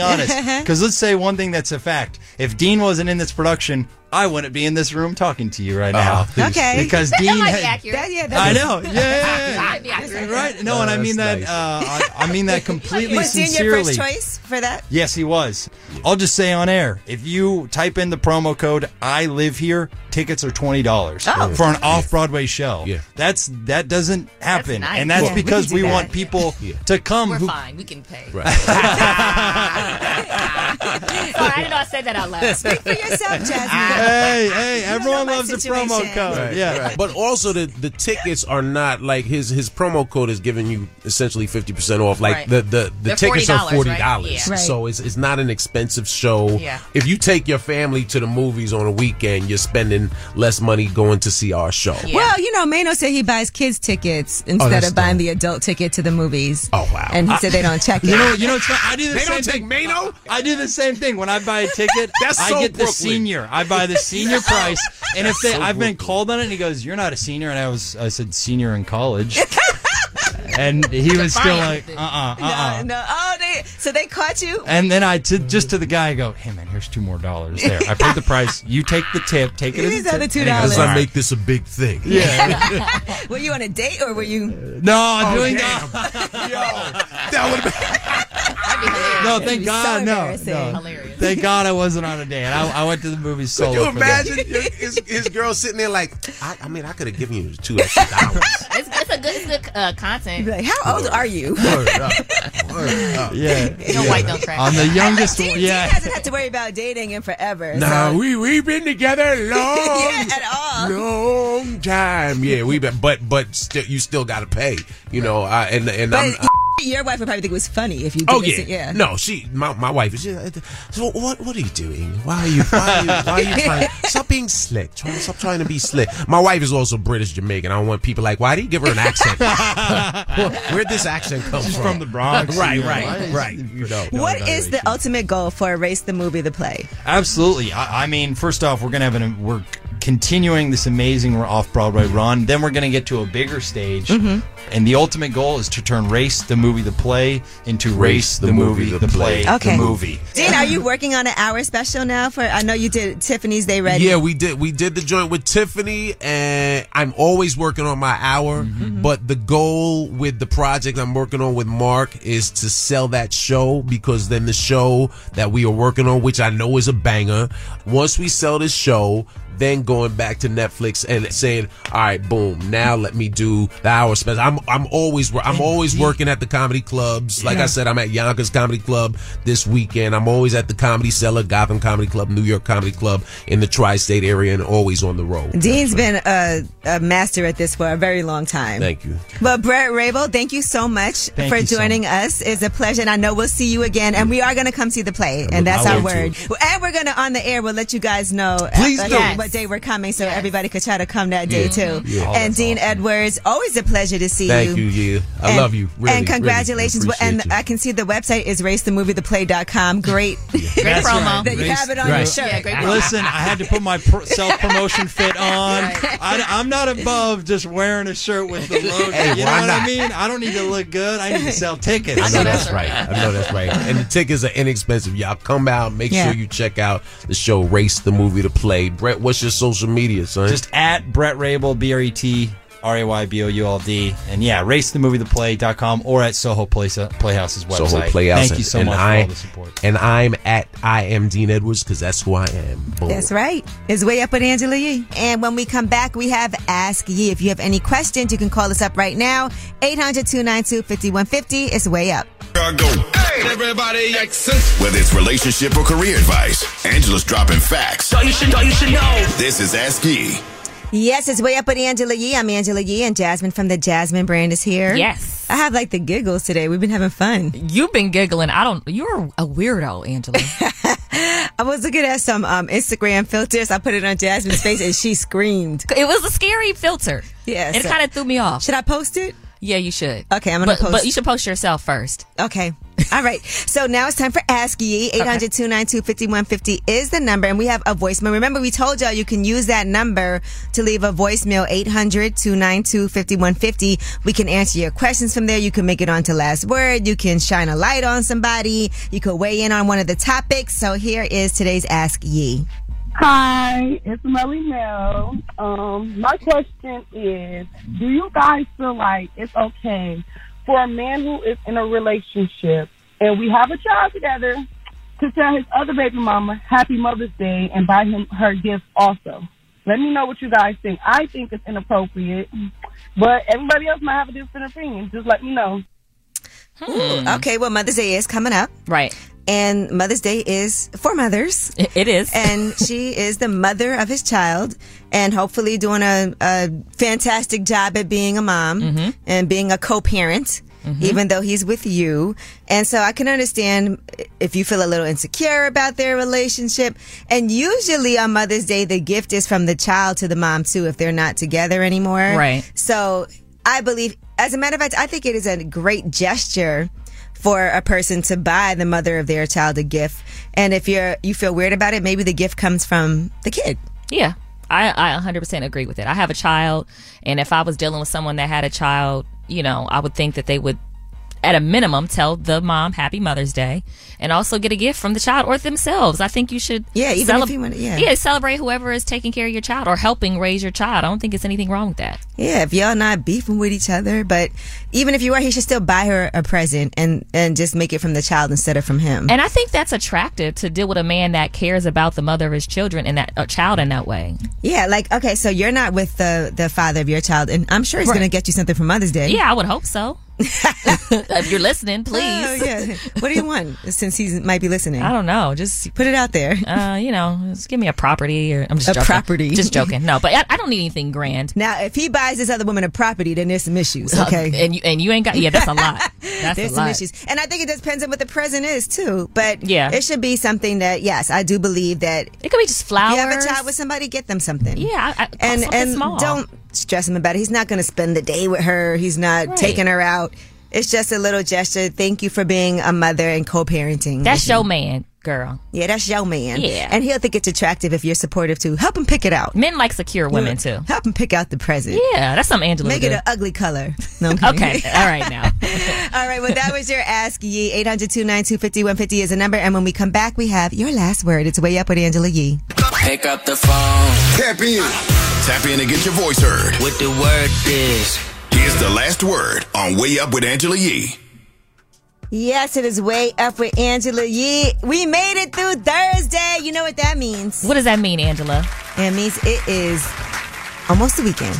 [SPEAKER 8] honest. Because let's say one thing that's a fact. If Dean wasn't in this production, I wouldn't be in this room talking to you right
[SPEAKER 1] Uh-huh.
[SPEAKER 8] now.
[SPEAKER 1] Okay.
[SPEAKER 8] Because Dean.
[SPEAKER 4] That might be
[SPEAKER 8] had-
[SPEAKER 4] accurate.
[SPEAKER 1] yeah,
[SPEAKER 8] I know. Yeah, yeah,
[SPEAKER 4] That
[SPEAKER 8] yeah.
[SPEAKER 4] might be accurate.
[SPEAKER 8] Right? No, and I mean that. Uh, I, I mean that completely
[SPEAKER 1] was Dean your
[SPEAKER 8] sincerely.
[SPEAKER 1] first choice for that?
[SPEAKER 8] Yes, he was. I'll just say on air, if you type in the promo code "I live here," tickets are twenty dollars
[SPEAKER 1] Oh.
[SPEAKER 8] for an off-Broadway show. Yeah. that's that doesn't happen,
[SPEAKER 4] nice.
[SPEAKER 8] and that's
[SPEAKER 4] Yeah, we
[SPEAKER 8] because
[SPEAKER 4] can do
[SPEAKER 8] we,
[SPEAKER 4] that.
[SPEAKER 8] want people to come.
[SPEAKER 4] We're
[SPEAKER 8] Um, who,
[SPEAKER 4] fine. We can pay.
[SPEAKER 8] Right.
[SPEAKER 4] Sorry, I didn't know I said that out loud. Speak
[SPEAKER 1] for yourself, Jasmine.
[SPEAKER 8] Hey, hey, everyone
[SPEAKER 4] my
[SPEAKER 8] loves a
[SPEAKER 4] situation.
[SPEAKER 8] promo code.
[SPEAKER 6] Right,
[SPEAKER 8] yeah.
[SPEAKER 6] right. But also the the tickets are not like his his promo code is giving you essentially fifty percent off. Like
[SPEAKER 4] Right.
[SPEAKER 6] the the, the
[SPEAKER 4] They're
[SPEAKER 6] tickets are
[SPEAKER 4] $40,
[SPEAKER 6] forty
[SPEAKER 4] right?
[SPEAKER 6] dollars.
[SPEAKER 4] Yeah. Right.
[SPEAKER 6] So it's it's not an expensive show.
[SPEAKER 4] Yeah.
[SPEAKER 6] If you take your family to the movies on a weekend, you're spending less money going to see our show.
[SPEAKER 1] Well, you know, Mano said he buys kids tickets
[SPEAKER 8] Oh,
[SPEAKER 1] instead
[SPEAKER 6] that's
[SPEAKER 1] of buying the adult ticket to the movies. Oh
[SPEAKER 6] wow!
[SPEAKER 1] And he said they don't check it.
[SPEAKER 8] You know, you know, it's not, I do the
[SPEAKER 6] They
[SPEAKER 8] same
[SPEAKER 6] don't take
[SPEAKER 8] thing.
[SPEAKER 6] Mano.
[SPEAKER 8] I do the same thing when I buy a ticket.
[SPEAKER 6] That's
[SPEAKER 8] I
[SPEAKER 6] so
[SPEAKER 8] get the
[SPEAKER 6] Brooklyn.
[SPEAKER 8] senior. I buy the senior price, and if
[SPEAKER 6] That's
[SPEAKER 8] they,
[SPEAKER 6] so
[SPEAKER 8] I've been called on it, and he goes, "You're not a senior," and I was, I said, "Senior in college," and he was still like, "Uh, uh-uh, uh,
[SPEAKER 1] No, oh, they, so So they caught you.
[SPEAKER 8] And then I to, just to the guy I go, hey man, here's two more dollars there. I paid the price. You take the tip. Take it. as
[SPEAKER 1] These
[SPEAKER 8] a
[SPEAKER 1] are the
[SPEAKER 8] tip."
[SPEAKER 1] two
[SPEAKER 8] And he goes,
[SPEAKER 1] dollars.
[SPEAKER 8] "All
[SPEAKER 6] I
[SPEAKER 8] right."
[SPEAKER 6] make this a big thing.
[SPEAKER 1] were you on a date or were you?
[SPEAKER 8] No, I'm doing
[SPEAKER 1] damn.
[SPEAKER 6] that would
[SPEAKER 8] No, thank
[SPEAKER 1] be
[SPEAKER 8] God,
[SPEAKER 1] so
[SPEAKER 8] no,
[SPEAKER 1] embarrassing.
[SPEAKER 8] no.
[SPEAKER 1] Hilarious.
[SPEAKER 8] Thank God I wasn't on a date. I, I went to the movies solo.
[SPEAKER 6] Could you
[SPEAKER 8] for that.
[SPEAKER 6] imagine your- his, his girl sitting there like, I, I mean, I could have given you two extra dollars.
[SPEAKER 4] It's, it's a good, it's good uh, content.
[SPEAKER 1] Like, how old are you?
[SPEAKER 6] Word up. Word up.
[SPEAKER 8] Yeah.
[SPEAKER 4] Don't
[SPEAKER 8] yeah.
[SPEAKER 4] white, don't crack.
[SPEAKER 8] I'm the youngest
[SPEAKER 1] Dean,
[SPEAKER 8] one.
[SPEAKER 1] Dean
[SPEAKER 8] Yeah.
[SPEAKER 1] hasn't had to worry about dating in forever.
[SPEAKER 6] Nah,
[SPEAKER 1] so-
[SPEAKER 6] we we've been together long,
[SPEAKER 1] yeah, at all.
[SPEAKER 6] long time. Yeah, we've been, but but still, you still got to pay. You know, I, and and
[SPEAKER 1] But
[SPEAKER 6] I'm.
[SPEAKER 1] your wife would probably think it was funny if you.
[SPEAKER 6] Oh
[SPEAKER 1] did
[SPEAKER 6] yeah.
[SPEAKER 1] this- yeah.
[SPEAKER 6] no. She, my, my wife is. So what? What are you doing? Why are you? Why are you, why are you trying? Stop being slick. Try, stop trying to be slick. My wife is also British Jamaican. I don't want people like, why did he give her an accent? Where'd this accent come
[SPEAKER 8] She's
[SPEAKER 6] from?
[SPEAKER 8] from the Bronx,
[SPEAKER 6] right?
[SPEAKER 8] you know, why
[SPEAKER 6] Right?
[SPEAKER 8] is
[SPEAKER 6] Right?
[SPEAKER 8] she
[SPEAKER 6] You know.
[SPEAKER 1] What is the ultimate goal for Erase the Movie, the play?
[SPEAKER 8] Absolutely. I, I mean, first off, we're gonna have an we're continuing this amazing off Broadway run. Then we're gonna get to a bigger stage,
[SPEAKER 4] Mm-hmm.
[SPEAKER 8] and the ultimate goal is to turn Race the movie, the play, into Race, the, movie, the play,
[SPEAKER 1] Okay.
[SPEAKER 8] the movie.
[SPEAKER 1] Dean, are you working on an hour special now? For I know you did Tiffany's Day Ready.
[SPEAKER 6] Yeah, we did. We did the joint with Tiffany, and I'm always working on my hour. But the goal with the project I'm working on with Mark is to sell that show because then the show that we are working on, which I know is a banger, once we sell this show. Then going back to Netflix and saying, "All right, boom! Now let me do the hour special." I'm I'm always wor- I'm always working at the comedy clubs. Like I
[SPEAKER 8] Yeah.
[SPEAKER 6] said, I'm at Yonkers Comedy Club this weekend. I'm always at the Comedy Cellar, Gotham Comedy Club, New York Comedy Club in the tri-state area, and always on the road.
[SPEAKER 1] Dean's been a, a master at this for a very long time.
[SPEAKER 6] Thank you.
[SPEAKER 1] But Brett Rabel, thank you so much
[SPEAKER 6] Thank
[SPEAKER 1] for
[SPEAKER 6] you so
[SPEAKER 1] joining us. It's a pleasure, and I know we'll see you again. And we are going to come see the play, and that's our
[SPEAKER 6] I will
[SPEAKER 1] word.
[SPEAKER 6] too.
[SPEAKER 1] Well, And we're going to on the air. We'll let you guys know
[SPEAKER 6] Please
[SPEAKER 1] uh,
[SPEAKER 6] do.
[SPEAKER 1] uh, what day we're coming, so everybody could try to come that day
[SPEAKER 6] Yeah.
[SPEAKER 1] too.
[SPEAKER 6] Yeah. Oh,
[SPEAKER 1] And
[SPEAKER 6] that's
[SPEAKER 1] Dean Edwards, always a pleasure to see
[SPEAKER 6] Thank you, yeah. I
[SPEAKER 1] And-
[SPEAKER 6] love you. Really,
[SPEAKER 1] and congratulations.
[SPEAKER 6] Really appreciate
[SPEAKER 1] and
[SPEAKER 6] you.
[SPEAKER 1] I can see the website is racethemovietheplay.com. Great.
[SPEAKER 4] Great
[SPEAKER 8] That's
[SPEAKER 4] promo.
[SPEAKER 8] right.
[SPEAKER 4] That you
[SPEAKER 8] Race-
[SPEAKER 4] have it on
[SPEAKER 1] your
[SPEAKER 8] right.
[SPEAKER 1] shirt. Yeah, great promo.
[SPEAKER 8] Listen, I had to put my pro- self promotion fit on. I, am not above just wearing a shirt with the logo.
[SPEAKER 6] Hey,
[SPEAKER 8] you know
[SPEAKER 6] why
[SPEAKER 8] what
[SPEAKER 6] not?
[SPEAKER 8] I mean? I don't need to look good. I need to sell tickets.
[SPEAKER 6] I know that's right. I know that's right. And the tickets are inexpensive. Y'all come out. Make
[SPEAKER 8] Yeah.
[SPEAKER 6] sure you check out the show Race the Movie to Play. Brett, what's your social media, son?
[SPEAKER 8] Just at Brett Rabel, B R E T R A Y B O U L D. And yeah, race the movie the play.com or at Soho uh, Play- Playhouse's
[SPEAKER 6] so
[SPEAKER 8] website.
[SPEAKER 6] Soho Playhouse.
[SPEAKER 8] Thank you so
[SPEAKER 6] and
[SPEAKER 8] much
[SPEAKER 6] I,
[SPEAKER 8] for all the support.
[SPEAKER 6] And I'm at I am Dean Edwards because that's who I am. Boom.
[SPEAKER 1] That's right. It's way up with Angela Yee. And when we come back, we have Ask Yee. If you have any questions, you can call us up right now. 800 292 5150. It's way up.
[SPEAKER 7] Here I go.
[SPEAKER 3] Everybody accents.
[SPEAKER 7] Whether it's relationship or career advice, Angela's dropping facts.
[SPEAKER 3] Thought you should, thought you should know.
[SPEAKER 7] This is Ask E. Yee.
[SPEAKER 1] Yes, it's way up with Angela Yee. I'm Angela Yee, and Jasmine from the Jasmine brand is here.
[SPEAKER 4] Yes.
[SPEAKER 1] I have like the giggles today. We've been having fun.
[SPEAKER 4] You've been giggling. I don't. You're a weirdo, Angela.
[SPEAKER 1] I was looking at some um, Instagram filters. I put it on Jasmine's face, and she screamed.
[SPEAKER 4] It was a scary filter.
[SPEAKER 1] Yes. uh,
[SPEAKER 4] It kind of threw me off.
[SPEAKER 1] Should I post it?
[SPEAKER 4] Yeah, you should.
[SPEAKER 1] Okay, I'm gonna
[SPEAKER 4] but,
[SPEAKER 1] post-
[SPEAKER 4] But you should post yourself first.
[SPEAKER 1] Okay. All right. So now it's time for Ask Ye. 800 292 5150 is the number, and we have a voicemail. Remember, we told y'all you can use that number to leave a voicemail 800 292 5150. We can answer your questions from there. You can make it onto Last Word. You can shine a light on somebody. You could weigh in on one of the topics. So here is today's Ask Ye.
[SPEAKER 9] Hi, it's Melly Mel. Um, my question is, do you guys feel like it's okay for a man who is in a relationship and we have a child together to tell his other baby mama Happy Mother's Day and buy him her gift also? Let me know what you guys think. I think it's inappropriate, but everybody else might have a different opinion. Just let me know.
[SPEAKER 1] Ooh, okay, well, Mother's Day is coming up.
[SPEAKER 4] Hmm. Right.
[SPEAKER 1] And Mother's Day is for mothers.
[SPEAKER 4] It is.
[SPEAKER 1] And she is the mother of his child and hopefully doing a, a fantastic job at being a mom
[SPEAKER 4] Mhm.
[SPEAKER 1] and being a co parent.
[SPEAKER 4] Mhm.
[SPEAKER 1] Even though he's with you. And so I can understand if you feel a little insecure about their relationship. And usually on Mother's Day, the gift is from the child to the mom too, if they're not together anymore.
[SPEAKER 4] Right.
[SPEAKER 1] So I believe, as a matter of fact, I think it is a great gesture for a person to buy the mother of their child a gift. And if you're you feel weird about it, maybe the gift comes from the kid.
[SPEAKER 4] Yeah. I, I 100% agree with it. I have a child, and if I was dealing with someone that had a child, you know, I would think that they would at a minimum, tell the mom Happy Mother's Day, and also get a gift from the child or themselves. I think you should.
[SPEAKER 1] Yeah, even if you wanna- yeah.
[SPEAKER 4] celebrate whoever is taking care of your child or helping raise your child. I don't think it's anything wrong with that.
[SPEAKER 1] Yeah, if y'all not beefing with each other, but even if you are, he should still buy her a present and and just make it from the child instead of from him.
[SPEAKER 4] And I think that's attractive to deal with a man that cares about the mother of his children and that a child in that way.
[SPEAKER 1] yeah, like okay, so you're not with the the father of your child, and I'm sure he's
[SPEAKER 4] Right.
[SPEAKER 1] gonna get you something for Mother's Day.
[SPEAKER 4] Yeah, I would hope so. if you're listening, please.
[SPEAKER 1] Oh, yeah. What do you want? Since he might be listening,
[SPEAKER 4] I don't know. Just
[SPEAKER 1] put it out there.
[SPEAKER 4] Uh, you know, just give me a property or I'm just
[SPEAKER 1] A
[SPEAKER 4] joking.
[SPEAKER 1] property.
[SPEAKER 4] Just joking. No, but I, I don't need anything grand.
[SPEAKER 1] Now, if he buys this other woman a property, then there's some issues. Okay,
[SPEAKER 4] Uh, and you and you ain't got yeah, that's a lot. That's
[SPEAKER 1] There's
[SPEAKER 4] a
[SPEAKER 1] some
[SPEAKER 4] lot.
[SPEAKER 1] issues, and I think it depends on what the present is too. But
[SPEAKER 4] Yeah.
[SPEAKER 1] it should be something that yes, I do believe that
[SPEAKER 4] it could be just flowers.
[SPEAKER 1] You have a child with somebody, get them something.
[SPEAKER 4] Yeah, I- I-
[SPEAKER 1] and
[SPEAKER 4] something
[SPEAKER 1] and
[SPEAKER 4] small.
[SPEAKER 1] don't stress him about it. He's not going to spend the day with her. He's not
[SPEAKER 4] Right.
[SPEAKER 1] taking her out. It's just a little gesture. Thank you for being a mother and co-parenting.
[SPEAKER 4] That's
[SPEAKER 1] with
[SPEAKER 4] your
[SPEAKER 1] me.
[SPEAKER 4] man, girl.
[SPEAKER 1] Yeah, that's your man.
[SPEAKER 4] Yeah.
[SPEAKER 1] and he'll think it's attractive if you're supportive too. Help him pick it out.
[SPEAKER 4] Men like secure women too.
[SPEAKER 1] Help him pick out the present.
[SPEAKER 4] Yeah, that's something Angela
[SPEAKER 1] Make
[SPEAKER 4] would
[SPEAKER 1] it
[SPEAKER 4] do.
[SPEAKER 1] an ugly color. No, I'm kidding.
[SPEAKER 4] Okay, all right now.
[SPEAKER 1] All right, well, that was your Ask Yee. 800 292 5150 is a number. And when we come back, we have your last word. It's Way Up with Angela Yee.
[SPEAKER 7] Pick up the phone. Tap in. Tap in and get your voice heard. What the word is. Here's the last word on Way Up with Angela Yee.
[SPEAKER 1] Yes, it is Way Up with Angela Yee. We made it through Thursday. You know what that means.
[SPEAKER 4] What does that mean, Angela?
[SPEAKER 1] It means it is almost the weekend.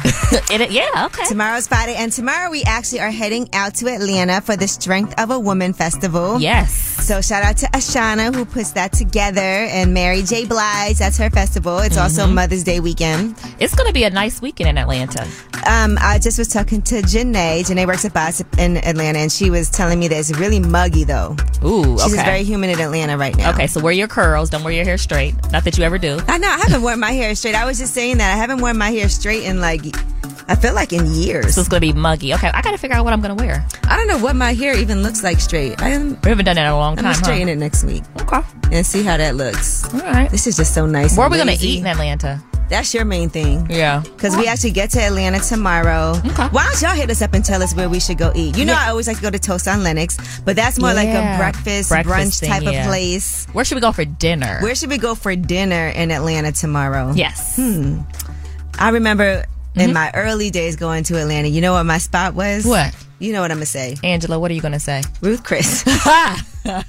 [SPEAKER 4] it, yeah, okay.
[SPEAKER 1] Tomorrow's Friday, and tomorrow we actually are heading out to Atlanta for the Strength of a Woman Festival.
[SPEAKER 4] Yes.
[SPEAKER 1] So shout out to Ashana who puts that together, and Mary J. Blige. That's her festival. It's also
[SPEAKER 4] Mhm.
[SPEAKER 1] Mother's Day weekend.
[SPEAKER 4] It's going to be a nice weekend in Atlanta.
[SPEAKER 1] Um, I just was talking to Janae. Janae works at Bossip in Atlanta, and she was telling me that it's really muggy though.
[SPEAKER 4] Ooh,
[SPEAKER 1] She's
[SPEAKER 4] okay.
[SPEAKER 1] very humid in Atlanta right now.
[SPEAKER 4] Okay, so wear your curls. Don't wear your hair straight. Not that you ever do.
[SPEAKER 1] I know. I haven't worn my hair straight. I was just saying that I haven't worn my hair straight in like, I feel like in years.
[SPEAKER 4] So it's going to be muggy. Okay, I got to figure out what I'm going to wear.
[SPEAKER 1] I don't know what my hair even looks like straight. I am.
[SPEAKER 4] We haven't done that in a long
[SPEAKER 1] I'm
[SPEAKER 4] time.
[SPEAKER 1] gonna Mm. straighten
[SPEAKER 4] huh?
[SPEAKER 1] it next week.
[SPEAKER 4] Okay.
[SPEAKER 1] And see how that looks.
[SPEAKER 4] All right.
[SPEAKER 1] This is just so nice.
[SPEAKER 4] Where are
[SPEAKER 1] and
[SPEAKER 4] we going to
[SPEAKER 1] lazy.
[SPEAKER 4] eat in Atlanta?
[SPEAKER 1] That's your main thing.
[SPEAKER 4] Yeah.
[SPEAKER 1] Because we actually get to Atlanta tomorrow. Why don't y'all hit us up and tell us where we should go eat? You know,
[SPEAKER 4] Yeah.
[SPEAKER 1] I always like to go to Toast on Lennox, but that's more like a
[SPEAKER 4] Yeah.
[SPEAKER 1] breakfast, brunch
[SPEAKER 4] thing,
[SPEAKER 1] type
[SPEAKER 4] yeah.
[SPEAKER 1] of place.
[SPEAKER 4] Where should we go for dinner?
[SPEAKER 1] Where should we go for dinner in Atlanta tomorrow?
[SPEAKER 4] Yes. Mm-hmm.
[SPEAKER 1] Hmm. I remember in my early days going to Atlanta, you know what my spot was?
[SPEAKER 4] What?
[SPEAKER 1] You know what I'm going to say.
[SPEAKER 4] Angela, what are you going to say?
[SPEAKER 1] Ruth Chris.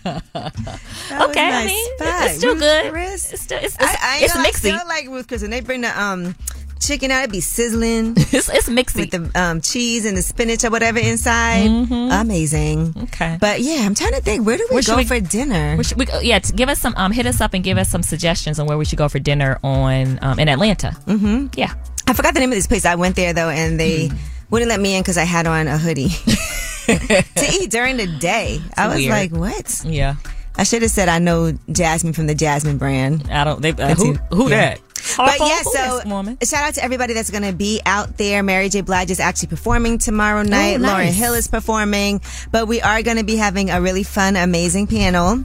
[SPEAKER 4] okay, I mean, it's still good. It's still it's, it's,
[SPEAKER 1] I, I,
[SPEAKER 4] it's
[SPEAKER 1] know,
[SPEAKER 4] mixy.
[SPEAKER 1] I still like Ruth Chris, and they bring the um chicken out. It be sizzling.
[SPEAKER 4] it's, it's mixy
[SPEAKER 1] with the um, cheese and the spinach or whatever inside. Amazing.
[SPEAKER 4] Mm-hmm. Okay,
[SPEAKER 1] but yeah, I'm trying to think. Where do we
[SPEAKER 4] Where should
[SPEAKER 1] go
[SPEAKER 4] we-
[SPEAKER 1] for dinner?
[SPEAKER 4] We should, we, yeah, t- give us some. Um, hit us up and give us some suggestions on where we should go for dinner on um, in Atlanta.
[SPEAKER 1] mm-hmm.
[SPEAKER 4] Yeah. Mm.
[SPEAKER 1] I forgot the name of this place. I went there though, and they wouldn't let me in because I had on a hoodie to eat during the day. I was
[SPEAKER 4] weird.
[SPEAKER 1] like, what?
[SPEAKER 4] Yeah,
[SPEAKER 1] I should have said I know Jasmine from the Jasmine brand.
[SPEAKER 4] I don't. They, uh,
[SPEAKER 1] That's
[SPEAKER 4] who
[SPEAKER 1] it.
[SPEAKER 4] who
[SPEAKER 1] Yeah.
[SPEAKER 4] that?
[SPEAKER 1] But
[SPEAKER 4] Harpo,
[SPEAKER 1] yeah,
[SPEAKER 4] who
[SPEAKER 1] so
[SPEAKER 4] this woman?
[SPEAKER 1] shout out to everybody that's going to be out there. Mary J. Blige is actually performing tomorrow night.
[SPEAKER 4] nice.
[SPEAKER 1] Lauren Hill is performing. But we are going to be having a really fun, amazing panel.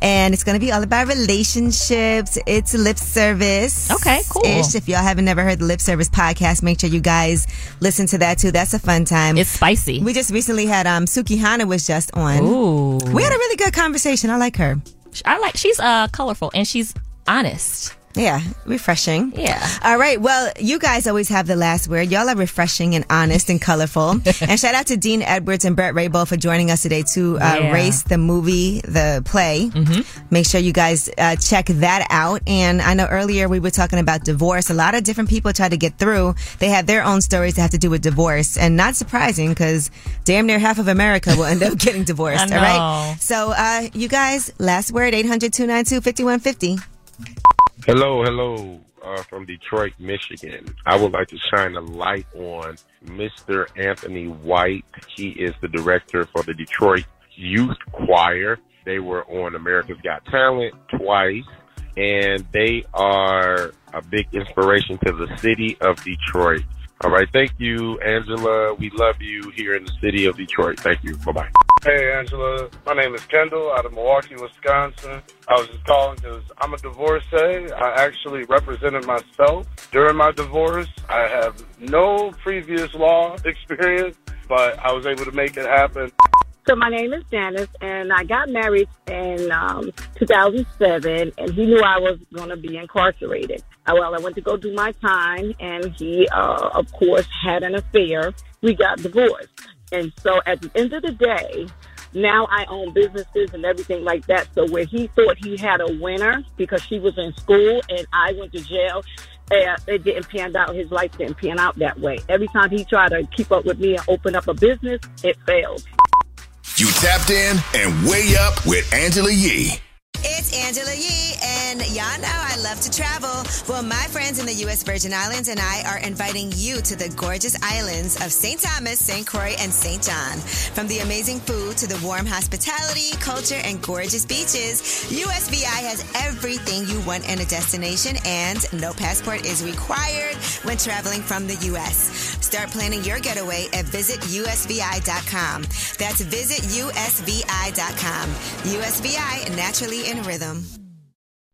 [SPEAKER 1] And it's going to be all about relationships. It's lip service.
[SPEAKER 4] Okay, cool.
[SPEAKER 1] Ish. If y'all haven't never heard the lip service podcast, make sure you guys listen to that too. That's a fun time. It's
[SPEAKER 4] spicy.
[SPEAKER 1] We just recently had um, Suki Hana was just on.
[SPEAKER 4] Ooh.
[SPEAKER 1] We had a really good conversation. I like her.
[SPEAKER 4] I like she's uh colorful and she's honest.
[SPEAKER 1] Yeah, refreshing.
[SPEAKER 4] Yeah.
[SPEAKER 1] All right. Well, you guys always have the last word. Y'all are refreshing and honest and colorful. and shout out to Dean Edwards and Brett Raybo for joining us today to uh,
[SPEAKER 4] Yeah. Mm-hmm.
[SPEAKER 1] race the movie, the play. Make sure you guys uh, check that out. And I know earlier we were talking about divorce. A lot of different people try to get through. They have their own stories that have to do with divorce, and not surprising because damn near half of America will end up getting divorced.
[SPEAKER 4] I
[SPEAKER 1] All
[SPEAKER 4] know.
[SPEAKER 1] right. So, uh, you guys, last word 800 292 5150.
[SPEAKER 12] Hello, hello, uh, from Detroit, Michigan. I would like to shine a light on Mr. Anthony White. He is the director for the Detroit Youth Choir. They were on America's Got Talent twice, and they are a big inspiration to the city of Detroit. All right, thank you, Angela. We love you here in the city of Detroit. Thank you. Bye bye.
[SPEAKER 15] Hey, Angela. My name is Kendall out of Milwaukee, Wisconsin. I was just calling because I'm a divorcee. I actually represented myself during my divorce. I have no previous law experience, but I was able to make it happen.
[SPEAKER 26] So my name is Janice, and I got married in um, 2007, and he knew I was going to be incarcerated. Uh, Well, I went to go do my time, and he, uh, of course, had an affair. We got divorced, and so at the end of the day, now I own businesses and everything like that. So where he thought he had a winner because she was in school and I went to jail, uh, it didn't pan out. His life didn't pan out that way. Every time he tried to keep up with me and open up a business, it failed.
[SPEAKER 7] You tapped in and way up with Angela Yee.
[SPEAKER 1] It's Angela Yee, and y'all know I love to travel. Well, my friends in the U.S. Virgin Islands and I are inviting you to the gorgeous islands of St. Thomas, St. Croix, and St. John. From the amazing food to the warm hospitality, culture, and gorgeous beaches, USVI has everything you want in a destination, and no passport is required when traveling from the U.S. Start planning your getaway at visitusvi.com. That's visitusvi.com. USVI, naturally in rhythm.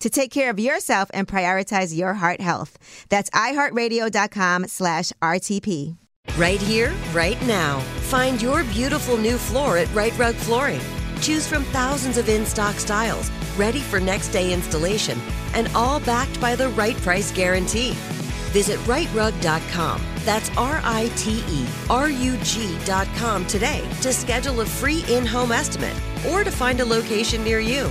[SPEAKER 1] to take care of yourself and prioritize your heart health. That's iHeartRadio.com slash RTP.
[SPEAKER 2] Right here, right now. Find your beautiful new floor at Right Rug Flooring. Choose from thousands of in stock styles, ready for next day installation, and all backed by the right price guarantee. Visit rightrug.com. That's R I T E R U G.com today to schedule a free in home estimate or to find a location near you.